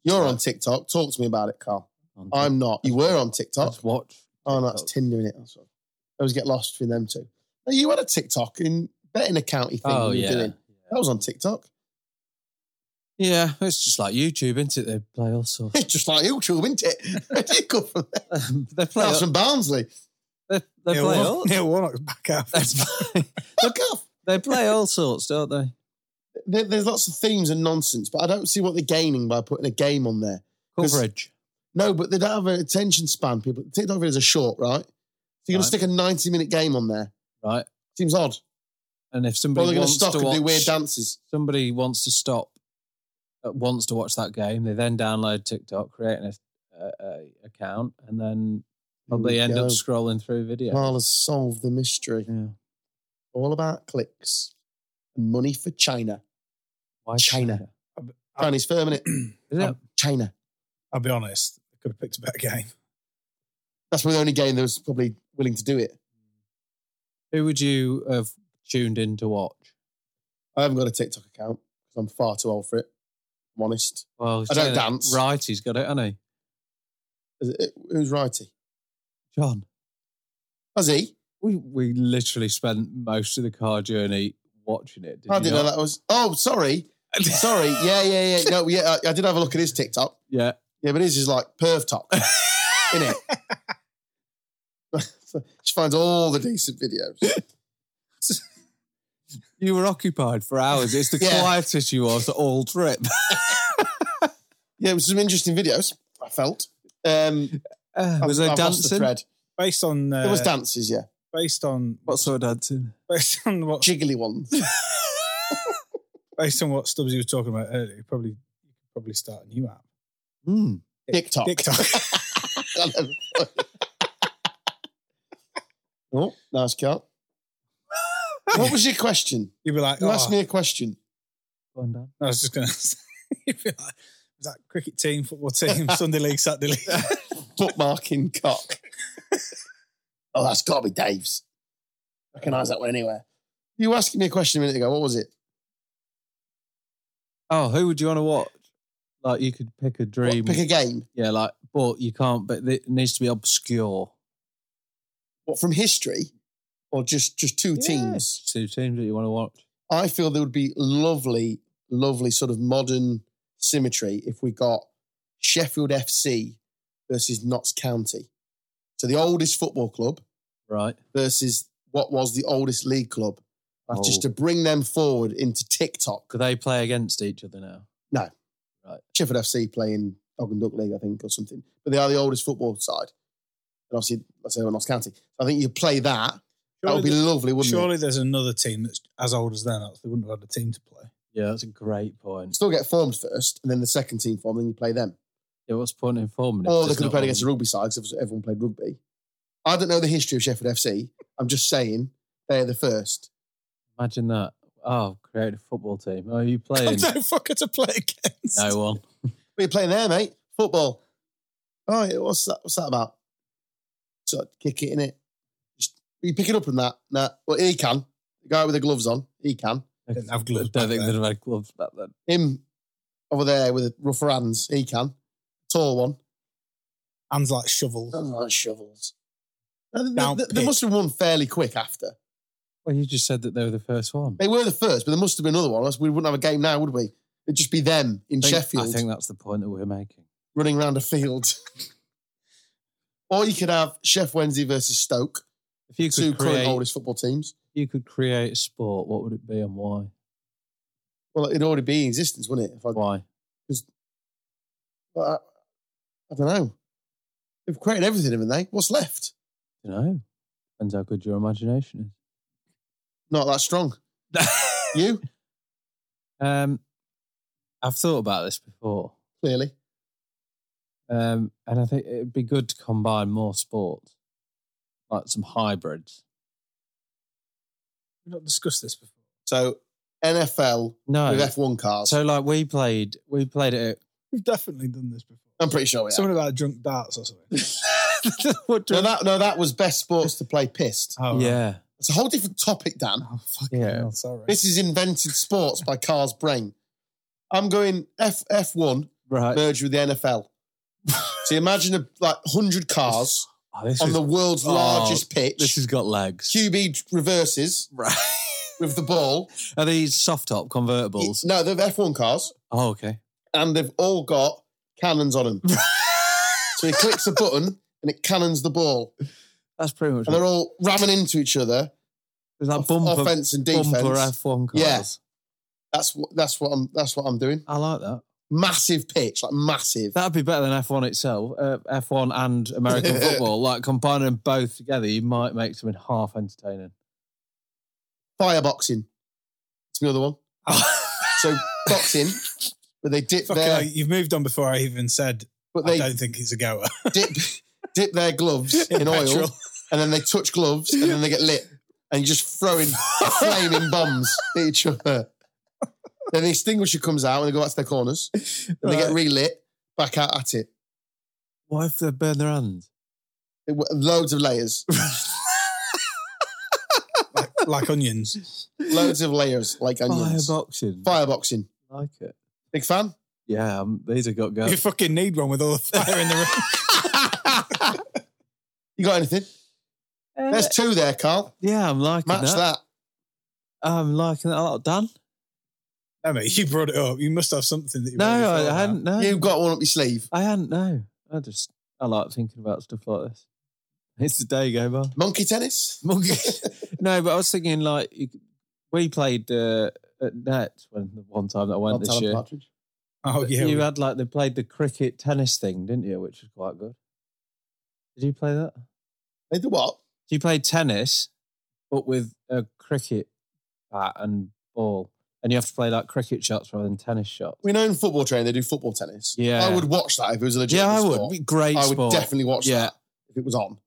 You're on TikTok. Talk to me about it, Carl. On I'm not. You were on TikTok. TikTok. Let's watch. Oh, no, it's Tinder, innit? That's what- I always get lost between them two. No, you had a TikTok in betting account thing Oh, you were yeah. doing. That was on TikTok. Yeah, it's just like YouTube, isn't it? They play all sorts. Um, It's just like YouTube, isn't it? Where did you come from? That they play. was All, from Barnsley. they, they Neil play Warnock- all. Neil Warnock's back out. They play, Look off. they play all sorts, don't they? There, there's lots of themes and nonsense, but I don't see what they're gaining by putting a game on there. Coverage. No, but they don't have an attention span. People TikTok videos are short, right? So you're gonna Right. stick a 90 minute game on there. Right. Seems odd. And if Or somebody they're gonna wants stop to and watch, do weird dances. somebody wants to stop, uh, wants to watch that game, they then download TikTok, create an uh, uh, account, and then probably we end go. up scrolling through video. Carl has solved the mystery. yeah. All about clicks and money for China. Why China. Um, I- Chinese firm, innit? Oh, Is it? China. I'll be honest. I could have picked a better game. That's the only game that was probably willing to do it. Who would you have tuned in to watch? I haven't got a TikTok account because I'm far too old for it. I'm honest. Well, I don't dance. Right, he's got it, hasn't he? Is it- who's righty? John. Has he? We we literally spent most of the car journey watching it. Did I you didn't know not? that was. Oh, sorry. sorry. Yeah, yeah, yeah. No, yeah. I, I did have a look at his TikTok. Yeah. Yeah, but his is like perv top, isn't it? she finds all the decent videos. You were occupied for hours. It's the Yeah. quietest you was the all trip. Yeah, it was some interesting videos. I felt. Um, Uh, was I've- there I've lost the dancing? thread. Based on uh, there was dances, yeah, based on what sort of dancing? based on what jiggly ones. based on what Stubbsy was talking about earlier, you probably you could probably start a new app. Hmm. TikTok. TikTok. oh, nice cut. what was your question? You'd be like, You oh, asked me a question. Go on, Dan. I was just gonna say, you'd be like, is that cricket team, football team, Sunday league, Saturday league? Bookmarking cock. oh, that's got to be Dave's. Recognise that one anywhere. You were asking me a question a minute ago. What was it? Oh, who would you want to watch? Like you could pick a What, dream. pick a game. yeah, like but you can't. But it needs to be obscure. What from history, or just just two teams? Two teams that you want to watch. I feel there would be lovely, lovely sort of modern symmetry if we got Sheffield FC versus Notts County. So the oldest football club Right. versus what was the oldest league club. Like, Oh. Just to bring them forward into TikTok. Could they play against each other now? Sheffield FC playing Dog and Duck League, I think, or something. But they are the oldest football side. And obviously, let's say Notts County. I think you play that. that would be lovely, wouldn't surely it? there's another team that's as old as them. else They wouldn't have had a team to play. Yeah, that's a great point. Still get formed first, and then the second team form, then you play them. Yeah, what's the point in forming? if Or Oh, they there's could not have played one? against the rugby side because everyone played rugby. I don't know the history of Sheffield FC. I'm just saying they're the first. Imagine that. Oh, create a football team. Oh, are you No playing? fucker to play against. no one. What are you playing there, mate? Football. Oh, yeah, what's that? What's that about? So kick it in it. Just you pick it up from that. Nah. Well, he can. The guy with the gloves on, he can. Didn't have gloves don't back think then. they'd have had gloves back then. Him over there with the rougher hands, he can. Tall one. Hands like shovels. Doesn't like shovels. No, they- Down they, they pitch. must have won fairly quick after. Well, you just said that they were the first one. They were the first, but there must have been another one. Else we wouldn't have a game now, would we? It'd just be them in I think- Sheffield. I think that's the point that we're making. running around a field. or you could have Chef Wednesday versus Stoke, If you two could current create, oldest football teams. you could create a sport. What would it be and why? Well, it'd already be in existence, wouldn't it? If I, Why? but I, don't know. They've created everything, haven't they? What's left? You know, depends how good your imagination Not that strong. is. You um, I've thought about this before, clearly. um, and I think it'd be good to combine more sports, like some hybrids. We've not discussed this before. So NFL No, with F1 cars. Oh. so like we played, we played it. We've definitely done this before. I'm pretty sure we have. Something about drunk darts or something. at- What do- No, that no, that was best sports to play pissed. Oh, right. yeah, It's a whole different topic, Dan. Oh, fucking Yeah. hell, sorry. This is invented sports by Carl's brain. I'm going F F1 right. merge with the NFL. so you imagine a, like 100 cars Oh, this, on is- the world's oh, largest pitch. this has got legs. QB reverses Right. with the ball. Are these soft top convertibles? No, they're F1 cars Oh, okay. and they've all got cannons on them. so he clicks a button and it cannons the ball. That's pretty much And they're all ramming into each other, Is that bumper, offense and defense. bumper F1 cars? Yeah. That's what that's what I'm that's what I'm doing. I like that. Massive pitch, like massive. That'd be better than F1 itself, uh, F1 and American football. Like combining them both together, you might make something half entertaining. Fireboxing. It's the other one. So boxing, but they dip Fucking their hell, you've moved on before I even said but I they don't think he's a goer. dip dip their gloves in oil, Petrol. and then they touch gloves, and then they get lit, and you're just throwing flaming bombs at each other. Then the extinguisher comes out, and they go back to their corners, and they get Right. relit back out at it. What if they burn their hands? It w- loads of layers, like, like onions. loads of layers like onions. Fireboxing. Fireboxing, like it. big fan. Yeah, um, these have got You guns. fucking need one with all the fire in the room. You got anything? There's two there, Carl. yeah, I'm liking Match that. that. I'm liking that a lot. Dan? No, mate, you brought it up. You must have something that you No, really thought I, about. I hadn't. No, You've got one up your sleeve. I hadn't. No, I just I like thinking about stuff like this. It's the day go by. Monkey tennis. Monkey. no, but I was thinking like you could we played uh, at net when the one time that I went Odd this Talent year. Partridge. Oh yeah, you uh, we- had like they played the cricket tennis thing, didn't you? Which was quite good. Did you play that? They do what? So you played tennis, but with a cricket bat and ball, and you have to play like cricket shots rather than tennis shots. We know in football training they do football tennis. Yeah. I would watch that if it was a legit Yeah, I sport. would. Be Great I would sport. definitely watch Yeah. that if it was on.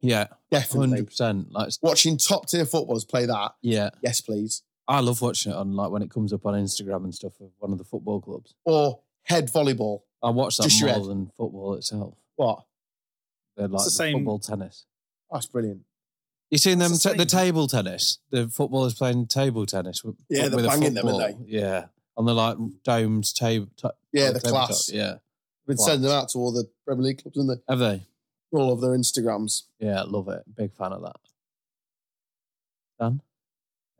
yeah, Definitely. hundred percent. Like, Watching top tier footballers play that, yeah, yes, please. I love watching it on like when it comes up on Instagram and stuff of one of the football clubs. Or head volleyball. I watch that Just your more head. than football itself. What? They're like the the same- football tennis. That's brilliant. You seen them It's the ta- the same. table tennis? The footballers playing table tennis. With, Yeah, they're with a banging them, aren't football. Yeah, on the like domed table. ta- Yeah, the tabletop. class. Oh, Yeah, We've been Class. sending them out to all the Premier League clubs and the, have they? all of their Instagrams. Yeah, love it. Big fan of that.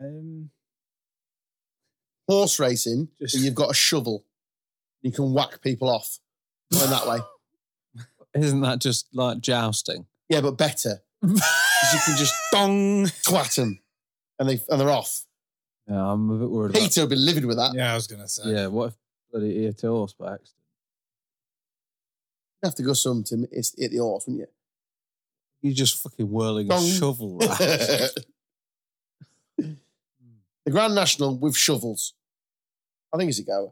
Um, Horse racing, Just- so you've got a shovel. You can whack people off in that way. Isn't that just like jousting? Yeah, but better. 'Cause you can just dong. twat them and, they, and they're off. Yeah, I'm a bit worried about. Peter will be livid with that. Yeah, I was gonna say. Yeah, what if bloody ear to horse by accident? You'd have to go some to hit hit the horse, wouldn't you? You're just fucking whirling a Dong. shovel. around. the Grand National with shovels. I think it's a goer.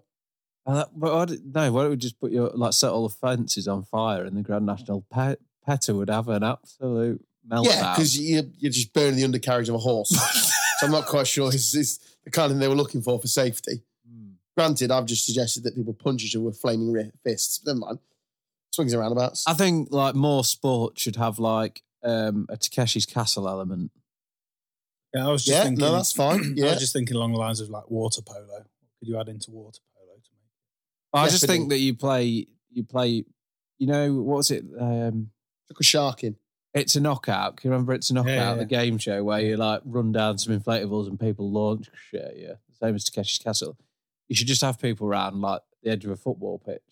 And that- but I don't- no, why don't we just put your like set all the fences on fire and the Grand National Pet Petter would have an absolute meltdown. Yeah, because you, you're just burning the undercarriage of a horse. so I'm not quite sure it's, it's the kind of thing they were looking for for safety. Hmm. Granted, I've just suggested that people punch each other with flaming ri- fists. Never mind. Swings and roundabouts. I think like more sport should have like um, a Takeshi's Castle element. Yeah, I was just Yeah, thinking. no, that's fine. I Yeah. was just thinking along the lines of like water polo. What could you add into water polo to make? I just think that you play, you play, you know, what was it? Um, Took a shark in. It's a knockout. Can you remember It's a Knockout, Yeah, yeah, the yeah. game show where you like run down some inflatables and people launch shit at you? Same as Takeshi's Castle. You should just have people around like the edge of a football pitch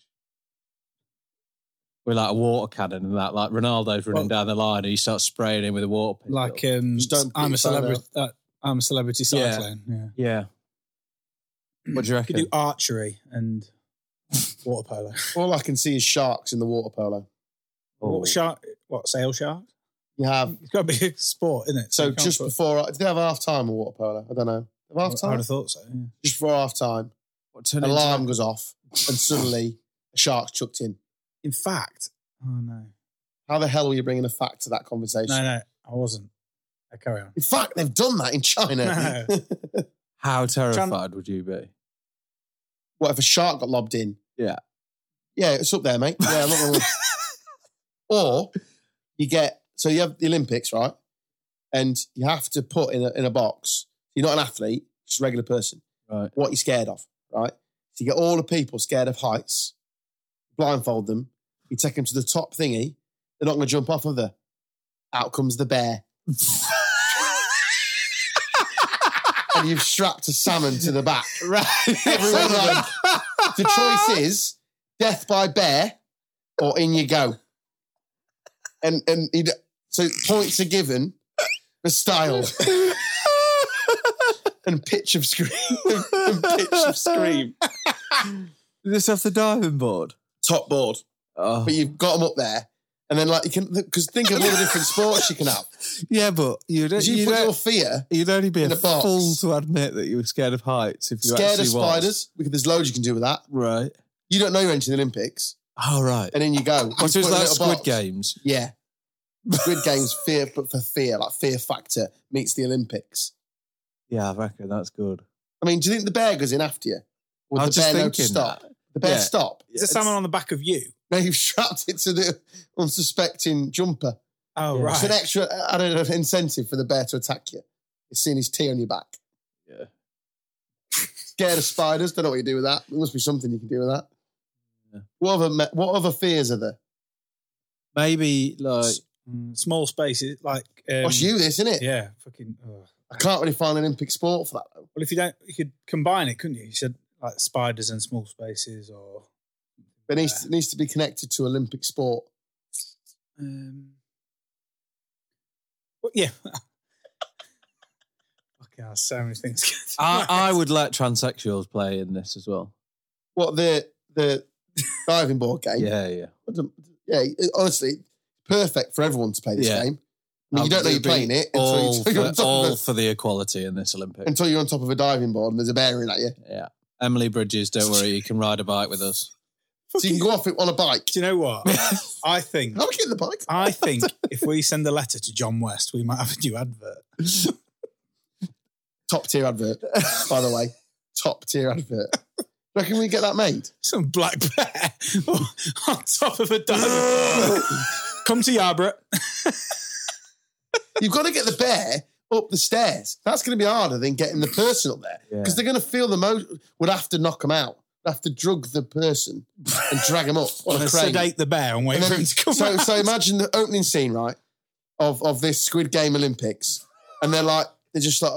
with like a water cannon and that. Like Ronaldo's running Well- down the line and you start spraying him with a water pistol. Like, um, Just don't I'm a put your phone celebrity. Uh, I'm a celebrity Yeah. cyclone. Yeah. yeah. What do you You could reckon? do archery and water polo. All I can see is sharks in the water polo. Oh. What shark? What sail shark? You have. It's got to be a sport, isn't it? So You can't just put- before, did they have half time in water polo? I don't know. Have Half I would time? have thought so. yeah. Just before half time. What, turn an it into- alarm goes off, and suddenly a shark's chucked in. In fact, oh no, How the hell were you bringing a fact to that conversation? no, no, I wasn't. I carry on. In fact, they've done that in China. How terrified would you be? what if a shark got lobbed in? Yeah. Yeah, it's up there, mate. Yeah, look, look, look. or you get so you have the Olympics, right? And you have to put in a, in a box. You're not an athlete, just a regular person. Right. What you're scared of, right? So you get all the people scared of heights, blindfold them. You take them to the top thingy. They're not going to jump off of the. Out comes the bear. and you've strapped a salmon to the back. Right. Everyone like, the choice is death by bear or in you go. And and he'd, so points are given for style and pitch of scream and pitch of scream. Just off the diving board. Top board, Oh. but you've got them up there, and then like you can because think of all the different sports you can have. yeah, but you don't. 'Cause You, You put don't your fear You'd only be a In a box. fool to admit that you were scared of heights if you scared actually of spiders because there's loads you can do with that. was. Right. You don't know you're entering the Olympics, All right. and then you go. oh, so You it's put a like little Squid box. Games. Yeah. Squid Games, fear, but for fear, like fear factor meets the Olympics. Yeah, I reckon that's good. I mean, do you think the bear goes in after you? Or I the was just bear know to thinking stop? that. The bear Yeah. stop. Is there someone on the back of you? Now you've strapped it to the unsuspecting jumper. Oh Yeah. right. It's an extra, I don't know, incentive for the bear to attack you. It's seeing his tea on your back. Yeah. Scared of spiders? Don't know what you do with that. There must be something you can do with that. Yeah. What other me- what other fears are there? Maybe like S- mm, small spaces like. Um, What's you this, isn't it? Yeah, fucking. ugh. I can't really find an Olympic sport for that. Though. Well, if you don't, you could combine it, couldn't you? You said like spiders and small spaces, or But it needs, it needs to be connected to Olympic sport. um, well, yeah. Fucking hell, so many things. going I, through my head. I would let transsexuals play in this as well. What the the diving board game? Yeah, yeah. What the- yeah, it- honestly, perfect for everyone to play this Yeah. game. I Um, mean, you don't know you're playing it until, All, you, are on for, top all of for the equality in this a, Olympics. until you're on top of a diving board and there's a bearing at you. Yeah. Emily Bridges, don't worry, you can ride a bike with us. So you can go off it on a bike. Do you know what? I think How get the bike? I think if we send a letter to John West, we might have a new advert. Top tier advert, by the way. Top tier advert. Reckon we get that made? Some black bear on top of a diamond. Come to Yarborough. You've got to get the bear up the stairs. That's going to be harder than getting the person up there Yeah. because they're going to feel the most. Would have to knock them out. Would have to drug the person and drag them up on a Let's crane. sedate the bear and wait And for him then- to come so, out. so imagine the opening scene, right, of of this Squid Game Olympics, and they're like they're just like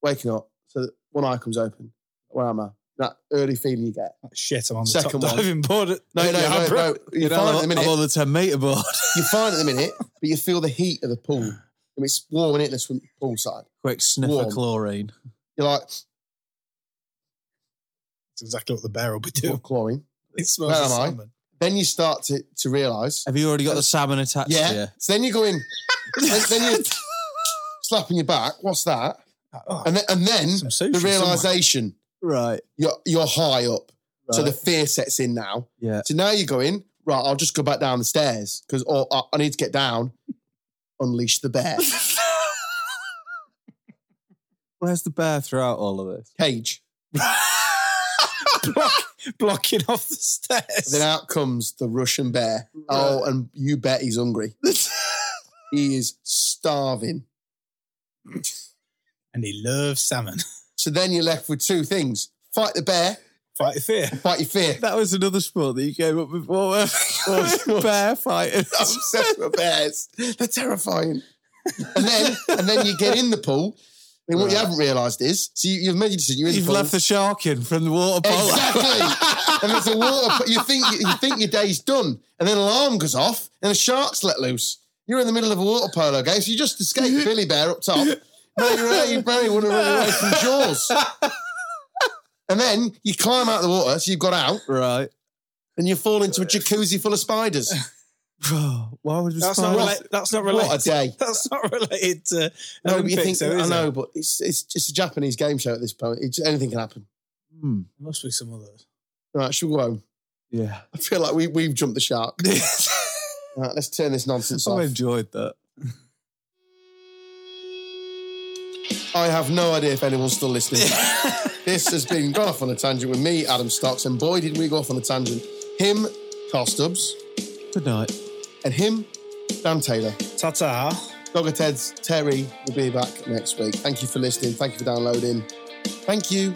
waking up. So that one eye comes open. Where am I? That early feeling you get. Shit, I'm on the Second top one. diving board. At No, no, no, Yarborough. no. You're fine at the I'm minute. on the 10 metre board. You're fine at the minute, but you feel the heat of the pool. And it's warm in it, the swim pool side. Quick sniff Warm. of chlorine. You're like, That's exactly what the bear will be what doing. chlorine? It smells Where of am I? salmon. Then you start to, to realise. Have you already got the salmon attached to you? Yeah. So then you go in. then, then you're slapping your back. What's that? Oh, And then, and then Some sushi the realisation. Right. You're, you're high up. So the Right. fear sets in now. Yeah. So now you're going, right, I'll just go back down the stairs because I, I need to get down. Unleash the bear. Where's the bear throughout all of this? Cage. blocking off the And then stairs. out comes the Russian bear. Oh, and you bet he's hungry. he is starving. And he loves salmon. So then you're left with two things fight the bear, Fight the fear. fight your fear. That was another sport that you came up before. where- bear fighting. I'm obsessed with bears. They're terrifying. And then and then you get in the pool. And what you haven't realised is, so you, you've made your decision. You're in You've the pool. left the shark in from the water polo. Exactly. and there's a water. po- You think you think your day's done, and then an alarm goes off, and the sharks let loose. You're in the middle of a water polo game, so you just escaped Billy Bear up top. Man, you really, really want to run away from Jaws. And then you climb out of the water, so you've got out, Right. and you fall into a jacuzzi full of spiders. Bro, why would we That's not, spiders? rela- that's not related. What a day! That's not related to No, but Olympics, you think though, I is it? know, but it's it's just a Japanese game show at this point. It's, anything can happen. Hmm. There must be some others. All right, should we go home? Yeah. I feel like we we've jumped the shark. Oh All right, let's turn this nonsense I off. enjoyed that. I have no idea if anyone's still listening. this has been Gone Off on a Tangent with me, Adam Stocks, and boy, did we go off on a tangent. Him, Carl Stubbs, Good night. and him, Dan Taylor. Ta ta. Dogger Ted's Terry will be back next week. Thank you for listening. Thank you for downloading. Thank you.